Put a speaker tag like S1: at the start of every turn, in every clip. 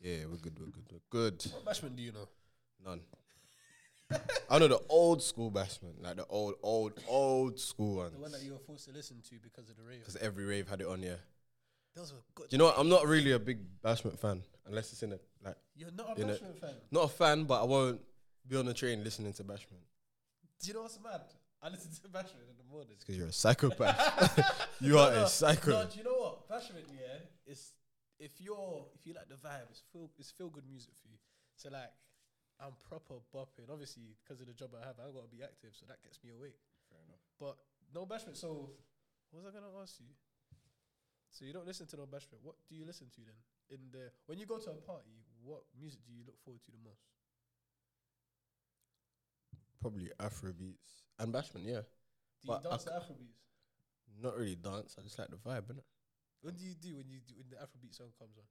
S1: Yeah, we're good. We're good. We're good.
S2: Bashment, do you know?
S1: None. I know the old school bashment, like the old, old, old school
S2: The one
S1: ones.
S2: that you were forced to listen to because of the rave.
S1: Because every rave had it on, yeah.
S2: Those were good.
S1: Do you know what? I'm not really a big bashment fan, unless it's in a like
S2: You're not a
S1: You know-
S2: Bashment fan.
S1: not a fan, but I won't be on the train listening to bashment.
S2: Do you know what's mad? I listen to Bashment in the morning.
S1: Because you're a psychopath. you are
S2: no,
S1: a psycho.
S2: No, do you know what? Bashment, yeah, it's if you're if you like the vibe, it's feel it's feel good music for you. So like, I'm proper bopping. Obviously, because of the job I have, I gotta be active, so that gets me awake. But no bashment. So, what was I gonna ask you? So you don't listen to no bashment. What do you listen to then? In the when you go to a party, what music do you look forward to the most?
S1: Probably Afrobeats and bashment, yeah.
S2: Do
S1: But I
S2: you dance to
S1: c-
S2: Afrobeats?
S1: Not really dance. I just like the vibe, innit?
S2: What do you do when you do when the Afrobeat song comes on?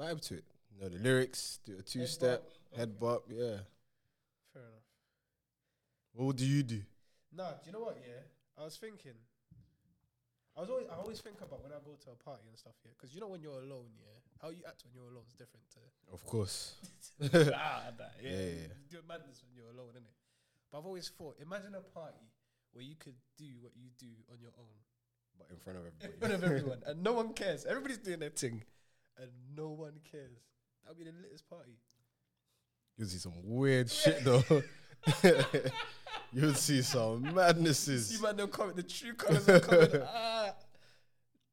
S1: Vibe to it. You know the lyrics. Do a two
S2: Head
S1: step
S2: bop.
S1: head bop. Yeah.
S2: Fair enough.
S1: What do you do?
S2: Nah, do you know what? Yeah, I was thinking. I was always I always think about when I go to a party and stuff, yeah, because you know when you're alone, yeah, how you act when you're alone is different to
S1: Of course.
S2: ah, that, yeah,
S1: Yeah, yeah,
S2: you
S1: yeah.
S2: do madness when you're alone, innit? But I've always thought, imagine a party where you could do what you do on your own
S1: but in front of
S2: in front
S1: everybody.
S2: of everyone, and no one cares. Everybody's doing their thing, and no one cares. That'd be the litest party.
S1: You'll see some weird shit though. You'll see some madnesses.
S2: You man don't comment. The true colors are coming. ah,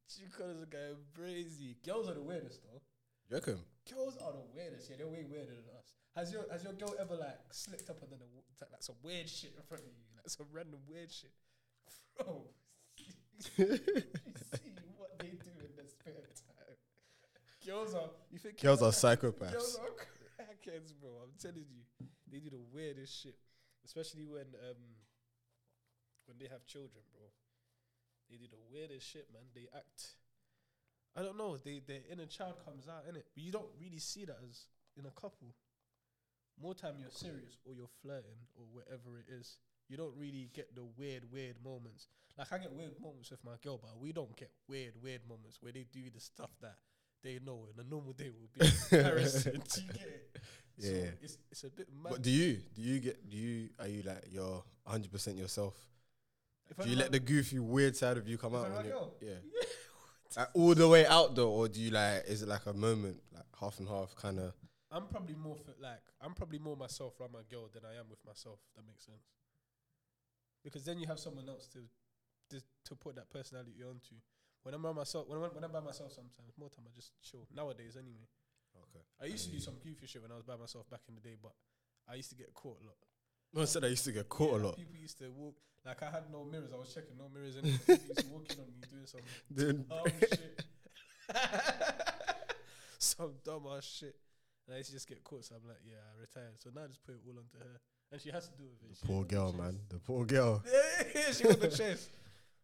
S2: true colors are going crazy. Girls are the weirdest though.
S1: You reckon?
S2: Girls are the weirdest. Yeah, they're way weirder than us. Has your has your girl ever like slipped up and done a w- t- like some weird shit in front of you, like some random weird shit, bro? you see what they do in their spare time. Girls are you think
S1: Girls are
S2: Girls
S1: psychopaths.
S2: are crackheads, bro. I'm telling you, they do the weirdest shit, especially when um when they have children, bro. They do the weirdest shit, man. They act. I don't know. They their inner child comes out in it, but you don't really see that as in a couple. More time you're serious or you're flirting or whatever it is. You don't really get the weird, weird moments. Like I get weird moments with my girl, but we don't get weird, weird moments where they do the stuff that they know in a normal day would be embarrassing. do you get it?
S1: Yeah.
S2: So it's it's a bit mad.
S1: But do you? Do you get? Do you? Are you like you're 100 percent yourself?
S2: If I
S1: Do you
S2: know
S1: let the goofy weird side of you come
S2: If
S1: out?
S2: I'm
S1: when
S2: like,
S1: you're-
S2: "Oh."
S1: yeah. Like, all the way out though, or do you like? Is it like a moment, like half and half, kind of?
S2: I'm probably more for, like I'm probably more myself around my girl than I am with myself. if That makes sense. Because then you have someone else to to, to put that personality onto. When I'm by myself, when I'm, when I'm by myself, sometimes more time I just chill. Nowadays, anyway,
S1: Okay.
S2: I used to do some goofy shit when I was by myself back in the day, but I used to get caught a lot.
S1: No, I said I used to get caught
S2: Yeah,
S1: a
S2: like,
S1: lot.
S2: People used to walk like I had no mirrors. I was checking no mirrors, and people used to walk in on me doing something.
S1: Then-
S2: Oh shit. Some dumb ass shit. And I used to just get caught, so I'm like, yeah, I retired. So now I just put it all onto her. And she has to do it.
S1: the poor girl, man. The poor girl.
S2: Yeah, she got the chase.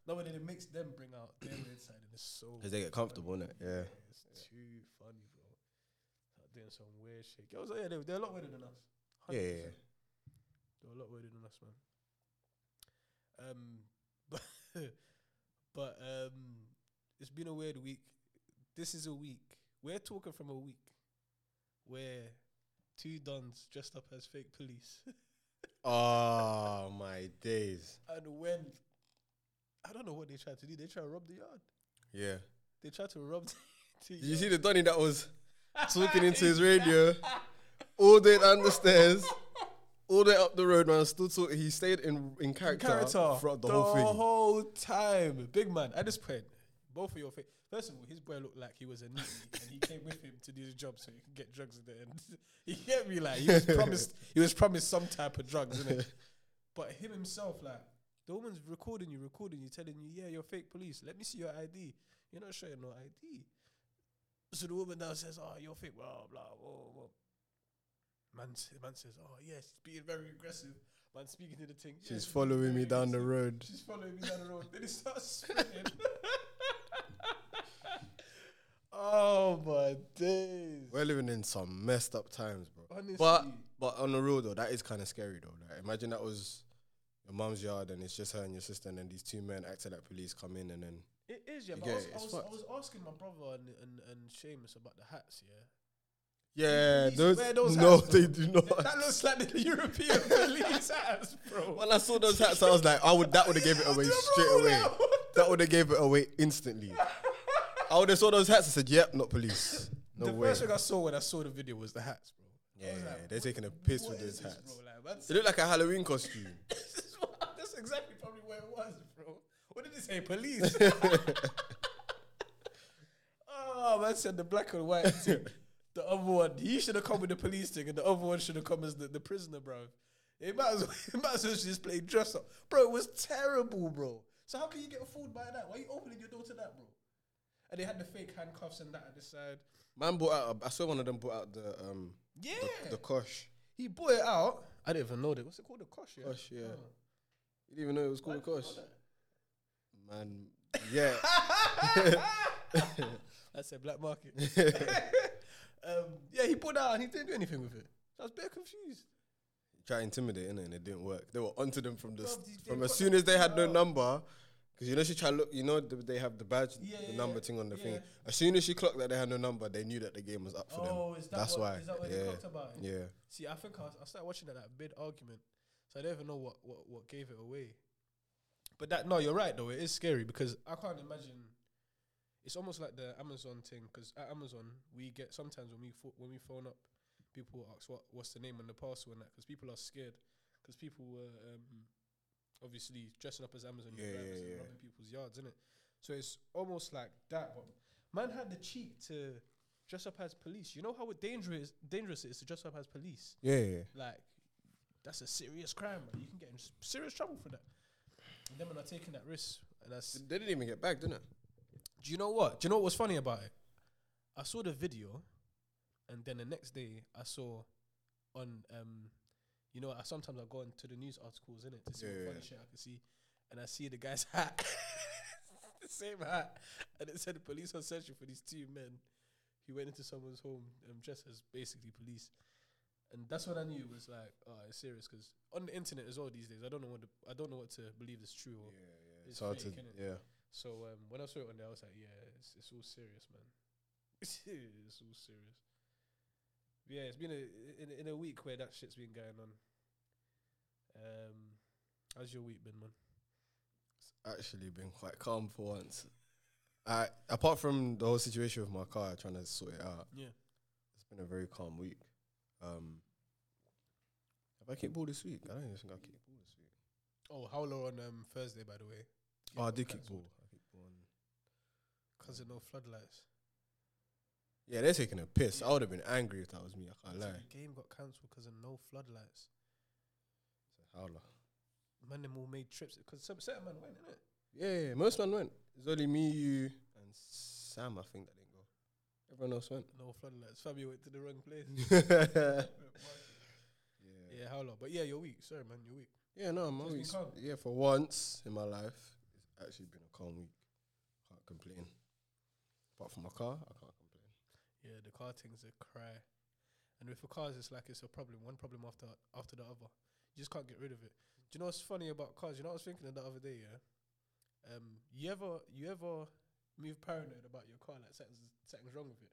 S2: No, but then it makes them bring out their weird side, and it's so.
S1: Because they get comfortable, innit? Yeah.
S2: It's too funny, bro. Like doing some weird shit. Girls, are- yeah, they're, they're a lot weirder than us.
S1: Yeah, yeah,
S2: 100%. They're a lot weirder than us, man. Um, but but um, it's been a weird week. This is a week. We're talking from a week where two dons dressed up as fake police,
S1: Oh my days.
S2: and when I don't know what they tried to do. They tried to rob the yard.
S1: Yeah.
S2: They tried to rob. The
S1: Did you
S2: yard.
S1: see the Donny that was talking into his radio all day down the stairs, all the way up the road, man? Still talking. He stayed in in character, throughout the, whole thing.
S2: whole time. Big man, at this point, both of your face. First of all, his boy looked like he was a needy and he came with him to do the job so he could get drugs at the end. he get me like he was promised he was promised some type of drugs, innit? But him himself, like the woman's recording you, recording you, telling you, yeah, you're fake police. Let me see your ID. You're not showing no ID. So the woman now says, oh, you're fake, blah, blah, blah, blah. Man, s- man says, oh, yeah, she's being very aggressive. Man speaking to the thing. "Yeah,
S1: She's
S2: being
S1: following
S2: very
S1: me down the
S2: aggressive."
S1: road.
S2: She's following me down the road. Then it starts spinning. oh my days.
S1: We're living in some messed up times, bro.
S2: Honestly.
S1: But but on the real though, that is kind of scary though. Like imagine that was your mum's yard and it's just her and your sister, and then these two men acting like police come in and then
S2: it is, yeah.
S1: You
S2: But
S1: get
S2: I was,
S1: it,
S2: I,
S1: it's
S2: was, I
S1: fucked.
S2: was asking my brother and, and, and Seamus about the hats, yeah.
S1: Yeah,
S2: Police
S1: those,
S2: wear those
S1: no,
S2: hats,
S1: they do not.
S2: That looks like the European police hats, bro.
S1: when I saw those hats, I was like, I would that would have gave it away straight away. That would have gave it away instantly. I would have saw those hats and said, "Yep, not police. No
S2: the
S1: way."
S2: first thing I saw when I saw the video was the hats, bro.
S1: Yeah, they're taking a piss
S2: What
S1: with those
S2: is this,
S1: hats.
S2: bro? Like, that's,
S1: They look like a Halloween costume.
S2: this is what- that's exactly probably where it was, bro. What did it say? Police. oh, man said the black and white thing. The other one, he should have come with the police thing, and the other one should have come as the, the prisoner, bro. They might as well, they might as well just play dress up, bro. It was terrible, bro. So how can you get fooled by that? Why are you opening your door to that, bro? And they had the fake handcuffs and that at the side.
S1: Man bought out. A, I saw one of them bought out the um
S2: Yeah,
S1: the, the kosh.
S2: he bought it out. I didn't even know that. What's it called? The kosh, yeah.
S1: Kosh, yeah.
S2: Oh.
S1: You didn't even know it was called a kosh. Man, yeah.
S2: That's a black market. um, yeah, he bought out and he didn't do anything with it. So I was a bit confused.
S1: Try to intimidate innit? and it didn't work. They were onto them from the s-
S2: Bro, they
S1: from as
S2: got-
S1: soon as they had no
S2: Bro.
S1: number. Because you know she tried look, you know th- they have the badge,
S2: Yeah,
S1: the
S2: yeah,
S1: number
S2: yeah.
S1: thing on the thing.
S2: Yeah.
S1: As soon as she clocked that they had no number, they knew that the game was up for them.
S2: Oh, is that
S1: That's
S2: what-
S1: why.
S2: is that what they
S1: yeah,
S2: talked about?
S1: yeah.
S2: See, I think I, was- I started watching that, that bid argument, so I don't even know what, what, what gave it away. But that no, you're right though. It is scary because I can't imagine. It's almost like the Amazon thing because at Amazon we get sometimes when we pho- when we phone up, people will ask what what's the name on the parcel and that because people are scared because people were um, obviously dressing up as Amazon
S1: Yeah, yeah,
S2: drivers and
S1: yeah.
S2: robbing people's yards, isn't it? So it's almost like that. But man had the cheek to dress up as police. You know how dangerous dangerous it is to dress up as police
S1: Yeah, yeah.
S2: like that's a serious crime. Man. You can get in s- serious trouble for that. And them are not taking that risk. And that's.
S1: They didn't even get back, didn't it?
S2: Do you know what? Do you know what was funny about it? I saw the video, and then the next day I saw on um, you know, I sometimes I go into the news articles in it to see
S1: Yeah,
S2: what
S1: yeah,
S2: funny
S1: yeah.
S2: shit I can see, and I see the guy's hat, the same hat, and it said the police are searching for these two men who went into someone's home um, dressed as basically police. And that's when I knew it was like, oh, it's serious because on the internet as well these days, I don't know what the, I don't know what to believe is true or it's
S1: It's hard
S2: fake,
S1: to,
S2: innit?
S1: yeah.
S2: so um, when I saw it on there, I was like, yeah, it's, it's all serious, man. it's all serious. Yeah, it's been a in, in a week where that shit's been going on. Um, how's your week been, man?
S1: actually been quite calm for once. I, apart from the whole situation with my car, trying to sort it out,
S2: Yeah.
S1: it's been a very calm week. Um, have I kicked ball this week? I don't even think I kicked ball this week.
S2: Oh, Howler on um, Thursday, by the way.
S1: oh, I
S2: got
S1: did kick
S2: cancelled
S1: ball. I kicked ball. on-
S2: Cause of no floodlights.
S1: Yeah, they're taking a piss. I would have been angry if that was me. I can't lie.
S2: The game got cancelled because of no floodlights.
S1: Howler.
S2: Man, them all made trips because some certain man went in it.
S1: Yeah, yeah, most men went. It's only me, you, and Sam. I think that didn't go. Everyone else went.
S2: No floodlights. Fabio went to the wrong place.
S1: yeah.
S2: yeah, Howler. But yeah, your week. Sorry, man, your week.
S1: Yeah, no,
S2: So
S1: my
S2: it's been
S1: week's
S2: calm.
S1: yeah for once in my life, it's actually been a calm week. Can't complain. Apart from my car, I can't complain.
S2: Yeah, the car thing's a cry. And with the cars, it's like it's a problem, one problem after after the other. You just can't get rid of it. Do you know what's funny about cars? You know what I was thinking of the other day, yeah? Um, you ever you ever move paranoid about your car, like something's, something's wrong with it?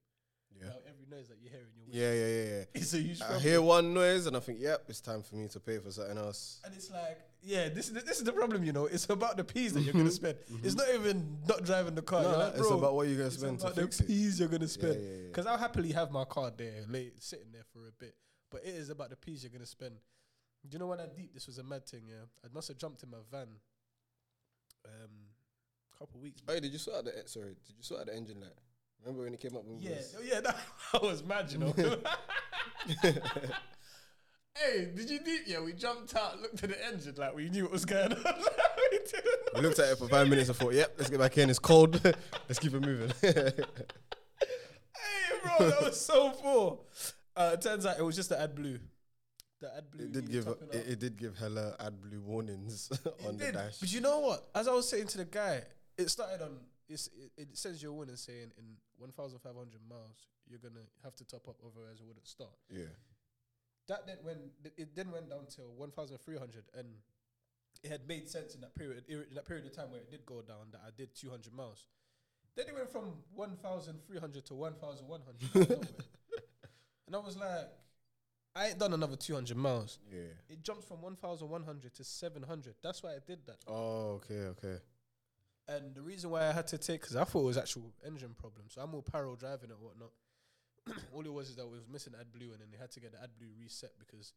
S1: Yeah,
S2: Like every noise that you hear in your window.
S1: yeah, yeah, yeah. yeah.
S2: It's a huge
S1: I
S2: problem.
S1: hear one noise and I think, yep, it's time for me to pay for something else.
S2: and it's like, yeah, this is the, this is the problem, you know. It's about the peas that you're gonna spend. It's not even not driving the car.
S1: No,
S2: you're like,
S1: Mm-hmm. it's
S2: bro,
S1: about what you're gonna
S2: it's
S1: spend to
S2: about the
S1: fix it.
S2: peas you're gonna spend.
S1: yeah, yeah.
S2: Because I'll happily have my car there, late, sitting there for a bit. But it is about the peas you're gonna spend. Do you know when I deep this was a mad thing? Yeah, I must have jumped in my van. Um, couple weeks. back.
S1: Hey, did you sort out the en- sorry? Did you sort out the engine light? Remember when it came up? When we
S2: Yeah,
S1: was-
S2: oh yeah, that, that was mad, you know. hey, did you deep? Yeah, we jumped out, looked at the engine like we knew what was going on. we didn't
S1: we looked at it for five minutes and thought, yep, let's get back in. It's cold. let's keep it moving.
S2: Hey, bro, that was so poor. Uh, turns out it was just the ad blue. The ad blue
S1: it did
S2: needed
S1: give
S2: topping
S1: it,
S2: up.
S1: it did give hella AdBlue warnings
S2: It
S1: on the
S2: did.
S1: dash.
S2: But you know what? As I was saying to the guy, it started on. It's, it, it sends you a warning saying in 1,500 miles you're gonna have to top up, otherwise it wouldn't start.
S1: Yeah,
S2: That then when it then went down to 1,300 and it had made sense in that period in that period of time where it did go down that I did 200 miles. Then it went from 1,300 to 1,100. out of nowhere. and And I was like, I ain't done another 200 miles.
S1: Yeah.
S2: It jumped from 1,100 to 700. That's why I did that.
S1: Oh, okay, okay.
S2: And the reason why I had to take, because I thought it was actual engine problem. So I'm all parallel driving and whatnot. all it was is that we was missing AdBlue and then they had to get the AdBlue reset because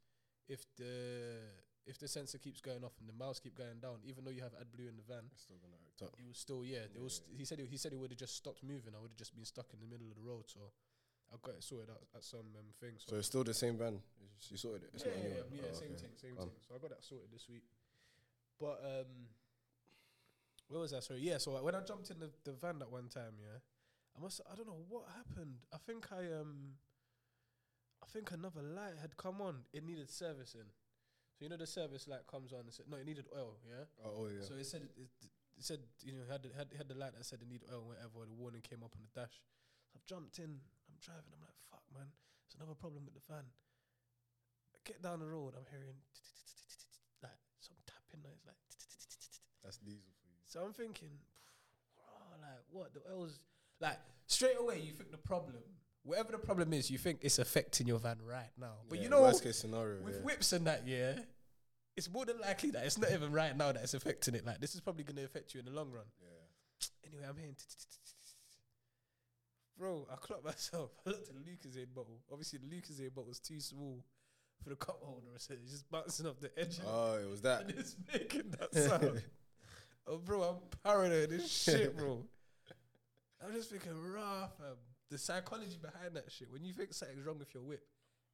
S2: if the if the sensor keeps going off and the miles keep going down, even though you have AdBlue in the van,
S1: It's still gonna act up.
S2: it was still yeah. It
S1: Yeah,
S2: was.
S1: yeah,
S2: He said it, he said it would have just stopped moving. I would have just been stuck in the middle of the road. So I got it sorted out at some um, thing. So,
S1: So it's still the same van. It's just- You sorted it. It's not
S2: yeah,
S1: a new
S2: yeah, yeah,
S1: one.
S2: yeah,
S1: Oh,
S2: same
S1: okay.
S2: thing, same
S1: Calm.
S2: thing. So I got that sorted this week. But um, where was I? Sorry, yeah. So when I jumped in the, the van that one time, yeah, I must. I don't know what happened. I think I um, I think another light had come on. It needed servicing. So you know the service light comes on. And said, no, it needed oil. Yeah.
S1: Oh, oh, yeah.
S2: So it said it, it, it said you know had the, had had the light that said they need oil and whatever. The warning came up on the dash. I've jumped in. I'm driving. I'm like fuck, man. It's another problem with the van. I get down the road. I'm hearing like some tapping noise. Like
S1: That's diesel for you.
S2: so I'm thinking, "Bruh, like what the oil's like straight away. You think the problem, whatever the problem is, you think it's affecting your van right now. But
S1: Yeah,
S2: you know,
S1: worst case scenario.
S2: with
S1: yeah.
S2: whips and that, yeah, it's more than likely that it's not even right now that it's affecting it. Like this is probably going to affect you in the long run.
S1: yeah.
S2: Anyway, I'm hearing. Bro, I clocked myself. I looked at the Lucasade bottle. Obviously, the Lucasade bottle was too small for the cup holder, so it's just bouncing off the edge
S1: Oh, it was that.
S2: and it's making that sound. oh, bro, I'm paranoid as shit, bro. I'm just thinking, raw, fam. The psychology behind that shit. When you think something's wrong with your whip,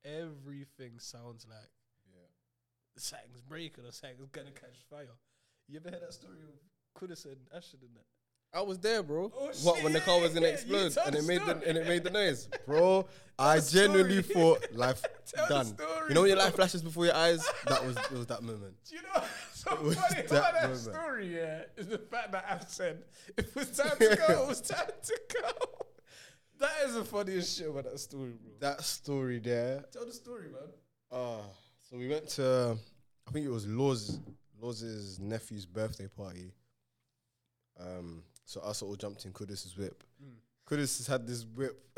S2: everything sounds like
S1: Yeah.
S2: something's breaking or something's gonna catch fire. You ever heard that story of Kudus and Ashton and that?
S1: I was there, bro.
S2: Oh,
S1: what when the
S2: shit,
S1: car was
S2: yeah,
S1: gonna
S2: yeah, you
S1: explode
S2: told
S1: and
S2: the
S1: it made the,
S2: story.
S1: and it made the noise, bro? I
S2: the
S1: genuinely
S2: story.
S1: thought life
S2: Tell the
S1: done.
S2: story,
S1: you know when your
S2: bro.
S1: life flashes before your eyes? That was it was that moment.
S2: Do you know so funny
S1: was
S2: about
S1: that
S2: that
S1: moment.
S2: story, yeah, is the fact that I've said it was time to go, it was time to go. That is the funniest shit about that story, bro.
S1: That story there.
S2: Tell the story, man.
S1: Uh so we went to I think it was Laws Laws's nephew's birthday party. Um, so us all jumped in Kudus's whip. Kudus has had this whip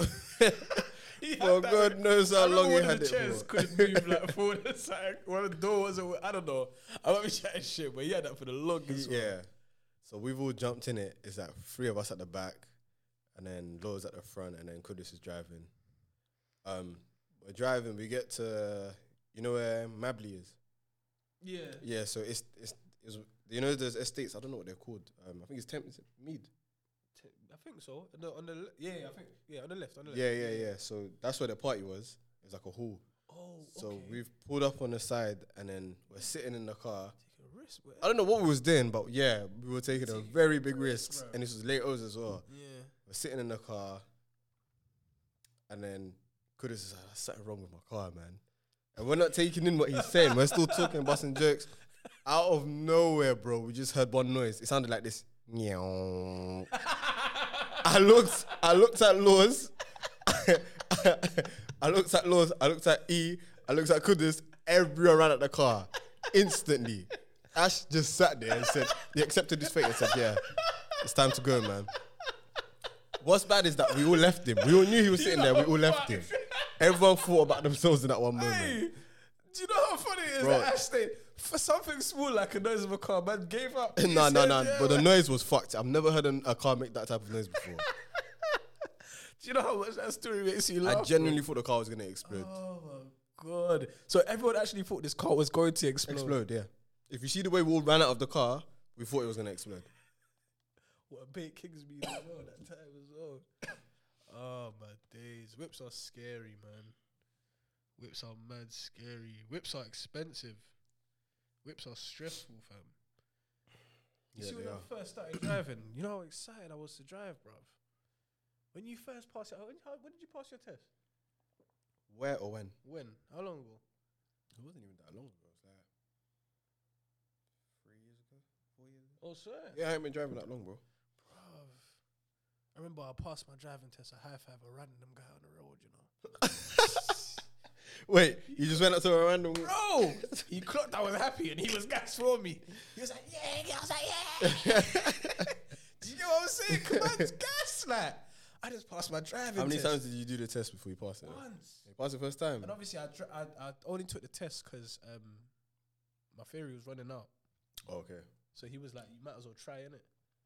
S2: He
S1: for
S2: had that-
S1: God knows
S2: I
S1: how
S2: remember
S1: long he
S2: one of
S1: had
S2: the
S1: it
S2: chairs
S1: for.
S2: couldn't move like forward and side. One of the door wasn't. I don't know. I might be chatting shit, but he had that for the longest. one.
S1: Yeah. So we've all jumped in it. It's like three of us at the back, and then Laura's at the front, and then Kudus is driving. Um, we're driving. We get to you know where Mabley is.
S2: Yeah.
S1: Yeah. So it's it's, it's you know those estates. I don't know what they're called. Um, I think it's Temp Mead.
S2: I think so. No, on the le- yeah, yeah, I think yeah, on the left, on the left.
S1: Yeah, yeah, yeah. So that's where the party was. It was like a hall.
S2: Oh,
S1: So
S2: okay.
S1: we've pulled up on the side, and then we're sitting in the car.
S2: Take a risk. Where?
S1: I don't know what we was doing, but yeah, we were taking a very big risks,
S2: bro.
S1: and this was late hours as well.
S2: Yeah.
S1: We're sitting in the car, and then Kudus is like, "There's something wrong with my car, man." And we're not taking in what he's saying. We're still talking, busting jokes. Out of nowhere, bro, we just heard one noise. It sounded like this. Meow. I looked. I looked at Laws. I looked at Laws. I looked at E. I looked at Kudus. Everyone ran at the car instantly. Ash just sat there and said, "He accepted his fate and said, yeah, it's time to go, man." What's bad is that we all left him. We all knew he was sitting there. We all left him. Everyone thought about themselves in that one moment.
S2: Hey, do you know how funny it is
S1: Bro.
S2: that Ashton, for something small like a noise of a car, man, gave up. He
S1: No, no,
S2: said,
S1: no.
S2: "Yeah,
S1: But the
S2: man."
S1: noise was fucked. I've never heard an- a car make that type of noise before.
S2: Do you know how much that story makes you laugh?
S1: I
S2: bro?
S1: genuinely thought the car was gonna explode.
S2: Oh my god! So everyone actually thought this car was going to explode.
S1: Explode, yeah. If you see the way we all ran out of the car, we thought it was gonna explode.
S2: What a big Kingsby as well that time as well. Oh my days! Whips are scary, man. Whips are mad scary. Whips are expensive. Whips are stressful, fam. You
S1: Yeah,
S2: see,
S1: they
S2: when
S1: are.
S2: I first started driving, you know how excited I was to drive, bruv. When you first passed it, when, how, when did you pass your test?
S1: Where or when?
S2: When? How long ago?
S1: It wasn't even that long ago. It was like three years ago, four years ago.
S2: Oh, sir.
S1: Yeah, I haven't been driving that long, bro.
S2: Bruv. I remember I passed my driving test. I high five a random guy on the road, you know.
S1: Wait, you just went up to a random.
S2: Bro, he clocked I was happy and he was gas for me. He was like, yeah, I was like, yeah. Do you know what I'm saying? Come on, it's gas, like. I just passed my driving
S1: How many
S2: test.
S1: times did you do the test before you passed it?
S2: Once.
S1: You passed it first time.
S2: And obviously, I, dr- I, I only took the test because um, my theory was running out.
S1: Oh, okay.
S2: So he was like, you might as well try, innit?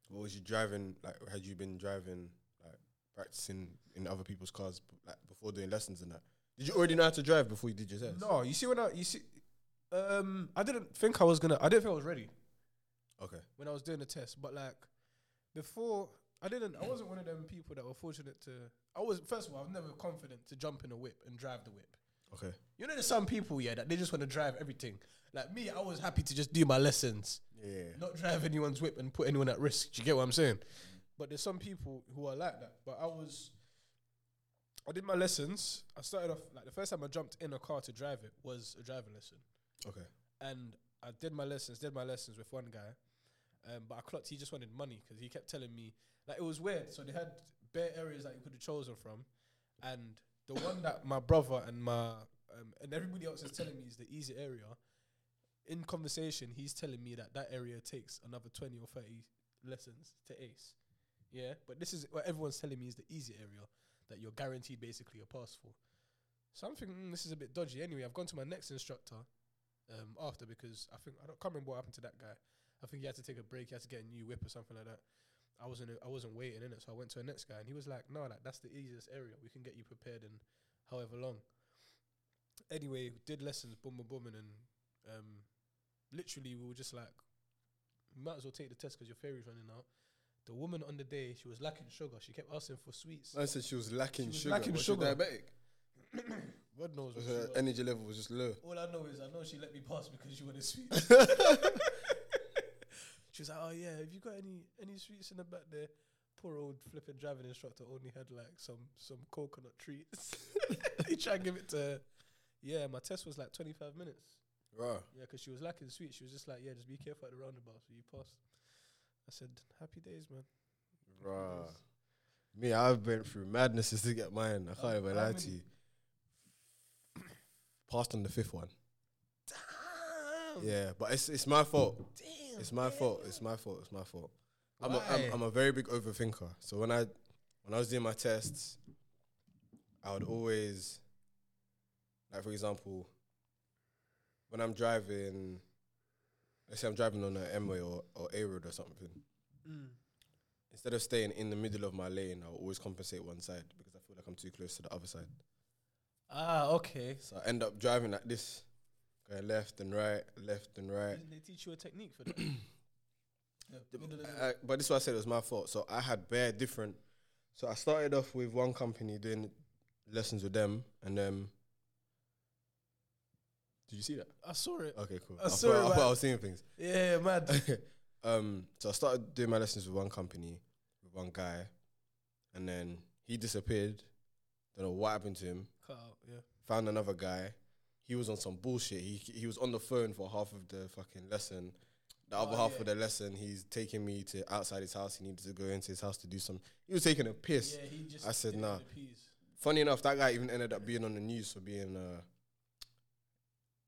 S1: What was you driving? Like, had you been driving, like, practicing in other people's cars, b- like, before doing lessons and that? Did you already know how to drive before you did your test?
S2: No, you see when I you see, um, I didn't think I was gonna. I didn't think I was ready
S1: Okay.
S2: when I was doing the test. But like before, I didn't. I wasn't one of them people that were fortunate to. I was first of all, I was never confident to jump in a whip and drive the whip.
S1: Okay.
S2: You know, there's some people yeah that they just want to drive everything. Like me, I was happy to just do my lessons,
S1: Yeah.
S2: not drive anyone's whip and put anyone at risk. Do you get what I'm saying? But there's some people who are like that. But I was. I did my lessons. I started off like the first time I jumped in a car to drive it was a driving lesson.
S1: Okay.
S2: and I did my lessons, did my lessons with one guy, um, but I clocked he just wanted money because he kept telling me like it was weird. So they had bare areas that you could have chosen from, and the one that my brother and my um, and everybody else is telling me is the easy area. In conversation, he's telling me that that area takes another twenty or thirty lessons to ace. Yeah, but this is what everyone's telling me is the easy area that you're guaranteed basically a pass for. So I'm thinking mm, this is a bit dodgy. Anyway, I've gone to my next instructor um, after because I think I don't can't remember what happened to that guy. I think he had to take a break. He had to get a new whip or something like that. I wasn't I wasn't waiting in it, so I went to the next guy and he was like, "No, like that's the easiest area. We can get you prepared in however long." Anyway, did lessons, boom, boom, boom, and then, um, literally we were just like, "You might as well take the test because your theory's running out." The woman on the day, she was lacking sugar. She kept asking for sweets.
S1: I said she was lacking
S2: She was
S1: sugar.
S2: lacking
S1: was she
S2: sugar.
S1: diabetic? Uh,
S2: God knows. what
S1: Was
S2: she
S1: her
S2: was.
S1: energy level was just low.
S2: All I know is I know she let me pass because she wanted sweets. she was like, "Oh yeah, have you got any any sweets in the back there?" Poor old flipping driving instructor only had like some some coconut treats. he tried to give it to her. Yeah, my test was like 25 minutes.
S1: Wow.
S2: Yeah, because she was lacking sweets. She was just like, "Yeah, just be careful at the roundabout." So you passed. I said, "Happy days, man." Happy
S1: Bruh.
S2: days."
S1: Me, I've been through madnesses to get mine. I
S2: How-
S1: can't even
S2: how
S1: lie
S2: many?
S1: to you. Passed on the fifth one.
S2: Damn.
S1: Yeah, but it's it's my fault.
S2: Damn.
S1: It's my
S2: damn.
S1: fault. It's my fault. It's my fault. I'm a,
S2: Why?
S1: I'm, I'm a very big overthinker. So when I when I was doing my tests, I would always, like for example, when I'm driving, let's say I'm driving on an M way or, or A road or something.
S2: Mm.
S1: Instead of staying in the middle of my lane, I'll always compensate one side because I feel like I'm too close to the other side.
S2: Ah, okay.
S1: So I end up driving like this, going left and right, left and right.
S2: Didn't they teach you a technique for that? The middle of the-
S1: I, I- Uh, but this is what I said it was my fault. So I had bare different. So I started off with one company doing lessons with them, and um. Did you see that?
S2: I saw it.
S1: Okay, cool.
S2: I
S1: I, Uh, thought,
S2: saw it,
S1: I
S2: man.
S1: thought I was seeing things.
S2: Yeah, mad.
S1: uh, um, so I started doing my lessons with one company, with one guy, and then he disappeared. Don't know what happened to him.
S2: Cut out, yeah.
S1: Found another guy. He was on some bullshit. He he was on the phone for half of the fucking lesson. The other
S2: Oh,
S1: half
S2: yeah.
S1: of the lesson, he's taking me to outside his house. He needed to go into his house to do some. He was taking a piss.
S2: Yeah, he just
S1: I said,
S2: did it
S1: nah.
S2: with the peas.
S1: Funny enough, that guy even ended up being on the news for being a,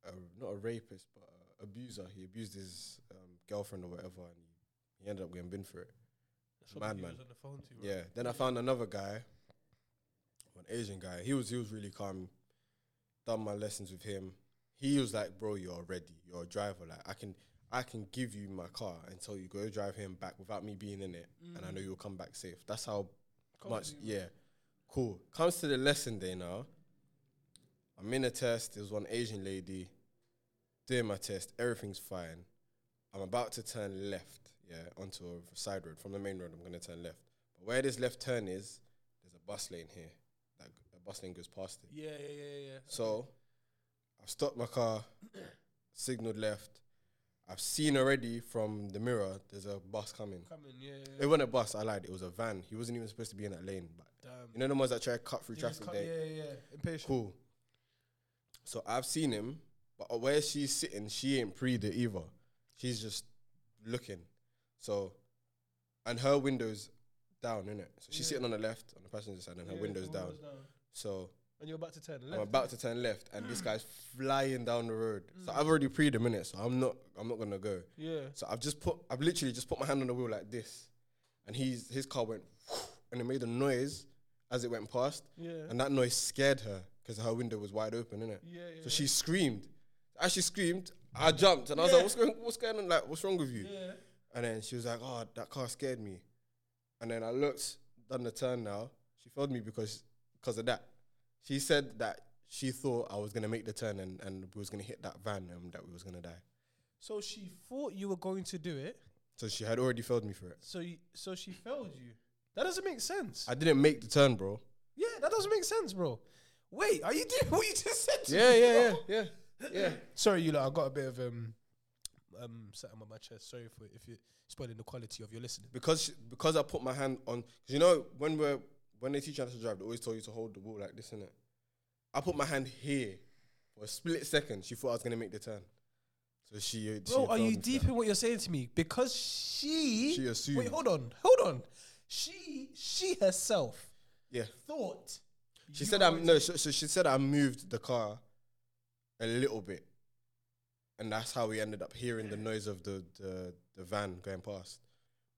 S1: a not a rapist but a abuser. He abused his um, girlfriend or whatever, and he ended up getting bin for it.
S2: That's what he
S1: Madman.
S2: was on the phone to, right?
S1: Yeah. Then I found another guy, an Asian guy. He was he was really calm. Done my lessons with him. He was like, "Bro, you're ready. You're a driver. Like I can I can give you my car and tell you go drive him back without me being in it,
S2: Mm-hmm.
S1: and
S2: Mm.
S1: I know you'll come back safe." That's how
S2: Come
S1: much.
S2: to you,
S1: Yeah. Cool. Comes to the lesson day now. I'm in a test. There's one Asian lady doing my test. Everything's fine. I'm about to turn left, yeah, onto a side road from the main road. I'm going to turn left. But where this left turn is, there's a bus lane here. Like a bus lane goes past it.
S2: Yeah, yeah, yeah, yeah.
S1: So I've stopped my car, signaled left. I've seen already from the mirror there's a bus coming.
S2: Coming, yeah, yeah,
S1: It
S2: yeah.
S1: wasn't a bus. I lied. It was a van. He wasn't even supposed to be in that lane. But
S2: Damn.
S1: you know the ones that try to cut through
S2: He just
S1: traffic.
S2: cut-
S1: They,
S2: yeah, yeah, yeah. Impatient.
S1: Cool. So I've seen him, but uh, where she's sitting, she ain't pre it either. She's just looking. So, and her window's down, innit? So she's
S2: Yeah.
S1: sitting on the left, on the passenger side, and her
S2: Yeah,
S1: window's
S2: the
S1: down. So
S2: And you're about to turn left. Mm.
S1: I'm about to turn left, and this guy's flying down the road. So I've already pre the minute, so I'm not, I'm not gonna go.
S2: Yeah.
S1: So I've just put, I've literally just put my hand on the wheel like this, and he's his car went, and it made a noise as it went past,
S2: Yeah.
S1: and that noise scared her because her window was wide open, innit?
S2: yeah, yeah.
S1: So she screamed. As she screamed, I jumped and I was
S2: Yeah.
S1: like, "What's going? What's going on? Like, what's wrong with you?"
S2: Yeah.
S1: And then she was like, "Oh, that car scared me." And then I looked done the turn. Now she failed me because because of that. She said that she thought I was gonna make the turn and and we was gonna hit that van and that we was gonna die.
S2: So she thought you were going to do it.
S1: So she had already failed me for it.
S2: So you, so she failed you. That doesn't make sense.
S1: I didn't make the turn, bro.
S2: yeah, that doesn't make sense, bro. Wait, are you doing what you just said? To
S1: Yeah,
S2: me, bro?
S1: yeah, yeah, yeah, yeah.
S2: Sorry, you lot. I got a bit of um um something on my chest. Sorry for if it spoiling the quality of your listening.
S1: Because she, because I put my hand on. 'cause you know when we're when they teach you how to drive, they always tell you to hold the wheel like this, innit? I put my hand here for a split second. She thought I was gonna make the turn, so she. she
S2: Bro, are
S1: failed
S2: you
S1: me for
S2: deep
S1: that.
S2: in what you're saying to me? Because she
S1: She assumed.
S2: Wait, hold on, hold on. She she herself
S1: Yeah.
S2: thought
S1: She
S2: you
S1: said
S2: were
S1: I
S2: going
S1: no.
S2: to-
S1: So, so she said I moved the car a little bit, and that's how we ended up hearing the noise of the the, the van going past.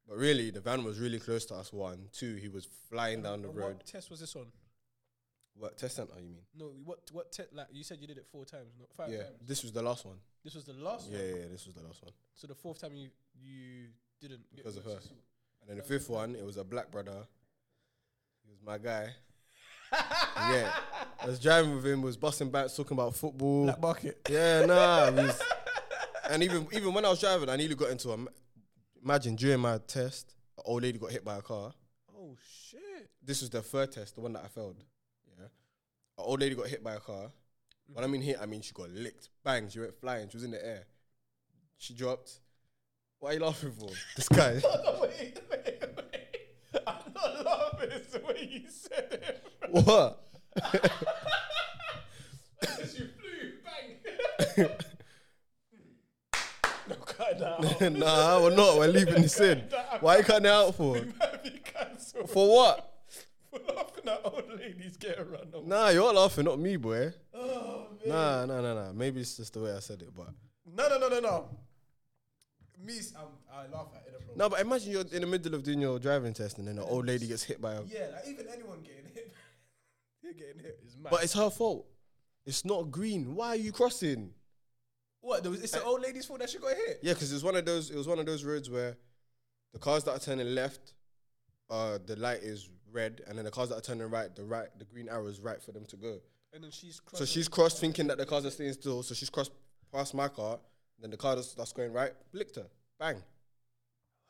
S1: But really, the van was really close to us. One, two, he was flying down the
S2: And
S1: road.
S2: What test was this on?
S1: What test center you mean?
S2: No, what what te- like you said you did it four times, not five
S1: Yeah,
S2: times.
S1: this was the last one.
S2: This was the last
S1: Yeah,
S2: one.
S1: yeah, yeah, this was the last one.
S2: So the fourth time you you didn't get
S1: Because of
S2: what you
S1: her. And then the fifth one, it was a black brother. He was my guy. yeah, I was driving with him. Was busting bats, talking about football.
S2: saw. Black market.
S1: Yeah, nah. it was- and even even when I was driving, I nearly got into a. ma- Imagine during my test, an old lady got hit by a car.
S2: Oh shit.
S1: This was the third test, the one that I failed. Yeah, an old lady got hit by a car. When I mean hit, I mean she got licked. Bang! She went flying. She was in the air. She dropped. What are you laughing for? This guy.
S2: No, wait, wait, wait. I'm not laughing. It's the way you said it.
S1: what?
S2: As you flew, bang. no, cut it out.
S1: nah, we're not. We're leaving this in. Why you cutting it out for?
S2: We might be cancelled for
S1: For what?
S2: laughing at old ladies getting run over.
S1: Nah, you're laughing, not me, boy.
S2: Oh, man.
S1: Nah, nah, nah, nah. Maybe it's just the way I said it, but
S2: No, no, no, no, no. Me, um, I laugh at it, bro.
S1: no. But imagine you're in the middle of doing your driving test, and then an old lady gets hit by a.
S2: Yeah, like even anyone getting hit, you're getting hit is mad.
S1: But it's her fault. It's not green. Why are you crossing?
S2: what? There was, it's the old lady's fault that she got hit.
S1: Yeah, because it was one of those. It was one of those roads where the cars that are turning left, uh, the light is red, and then the cars that are turning right, the right, the green arrow is right for them to go.
S2: And then she's
S1: So
S2: crossing.
S1: she's crossed, thinking that the cars are staying still. So she's crossed past my car. Then the car that's, that's going right blicked her. Bang.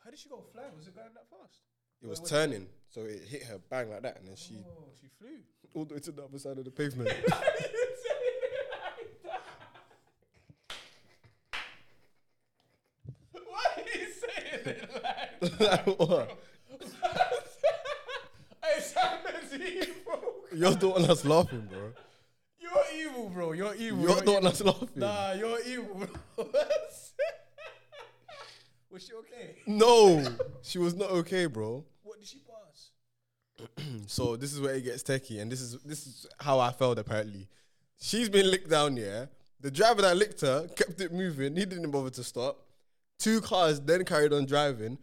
S2: How did she go fly? Was it going that fast?
S1: It was turning, so it hit her bang like that, and then she
S2: Oh, she flew.
S1: all the way to the other side of the pavement.
S2: Why are you saying it like that?
S1: like what?
S2: It sounds evil.
S1: You're the one that's laughing, bro.
S2: You're evil, bro. You're evil.
S1: You're the one that's laughing.
S2: Nah, you're evil. bro. Was she okay?
S1: No, she was not okay, bro.
S2: What did she pass?
S1: So this is where it gets techie, and this is this is how I felt apparently. She's been licked down, yeah. The driver that licked her kept it moving. He didn't bother to stop. Two cars then carried on driving.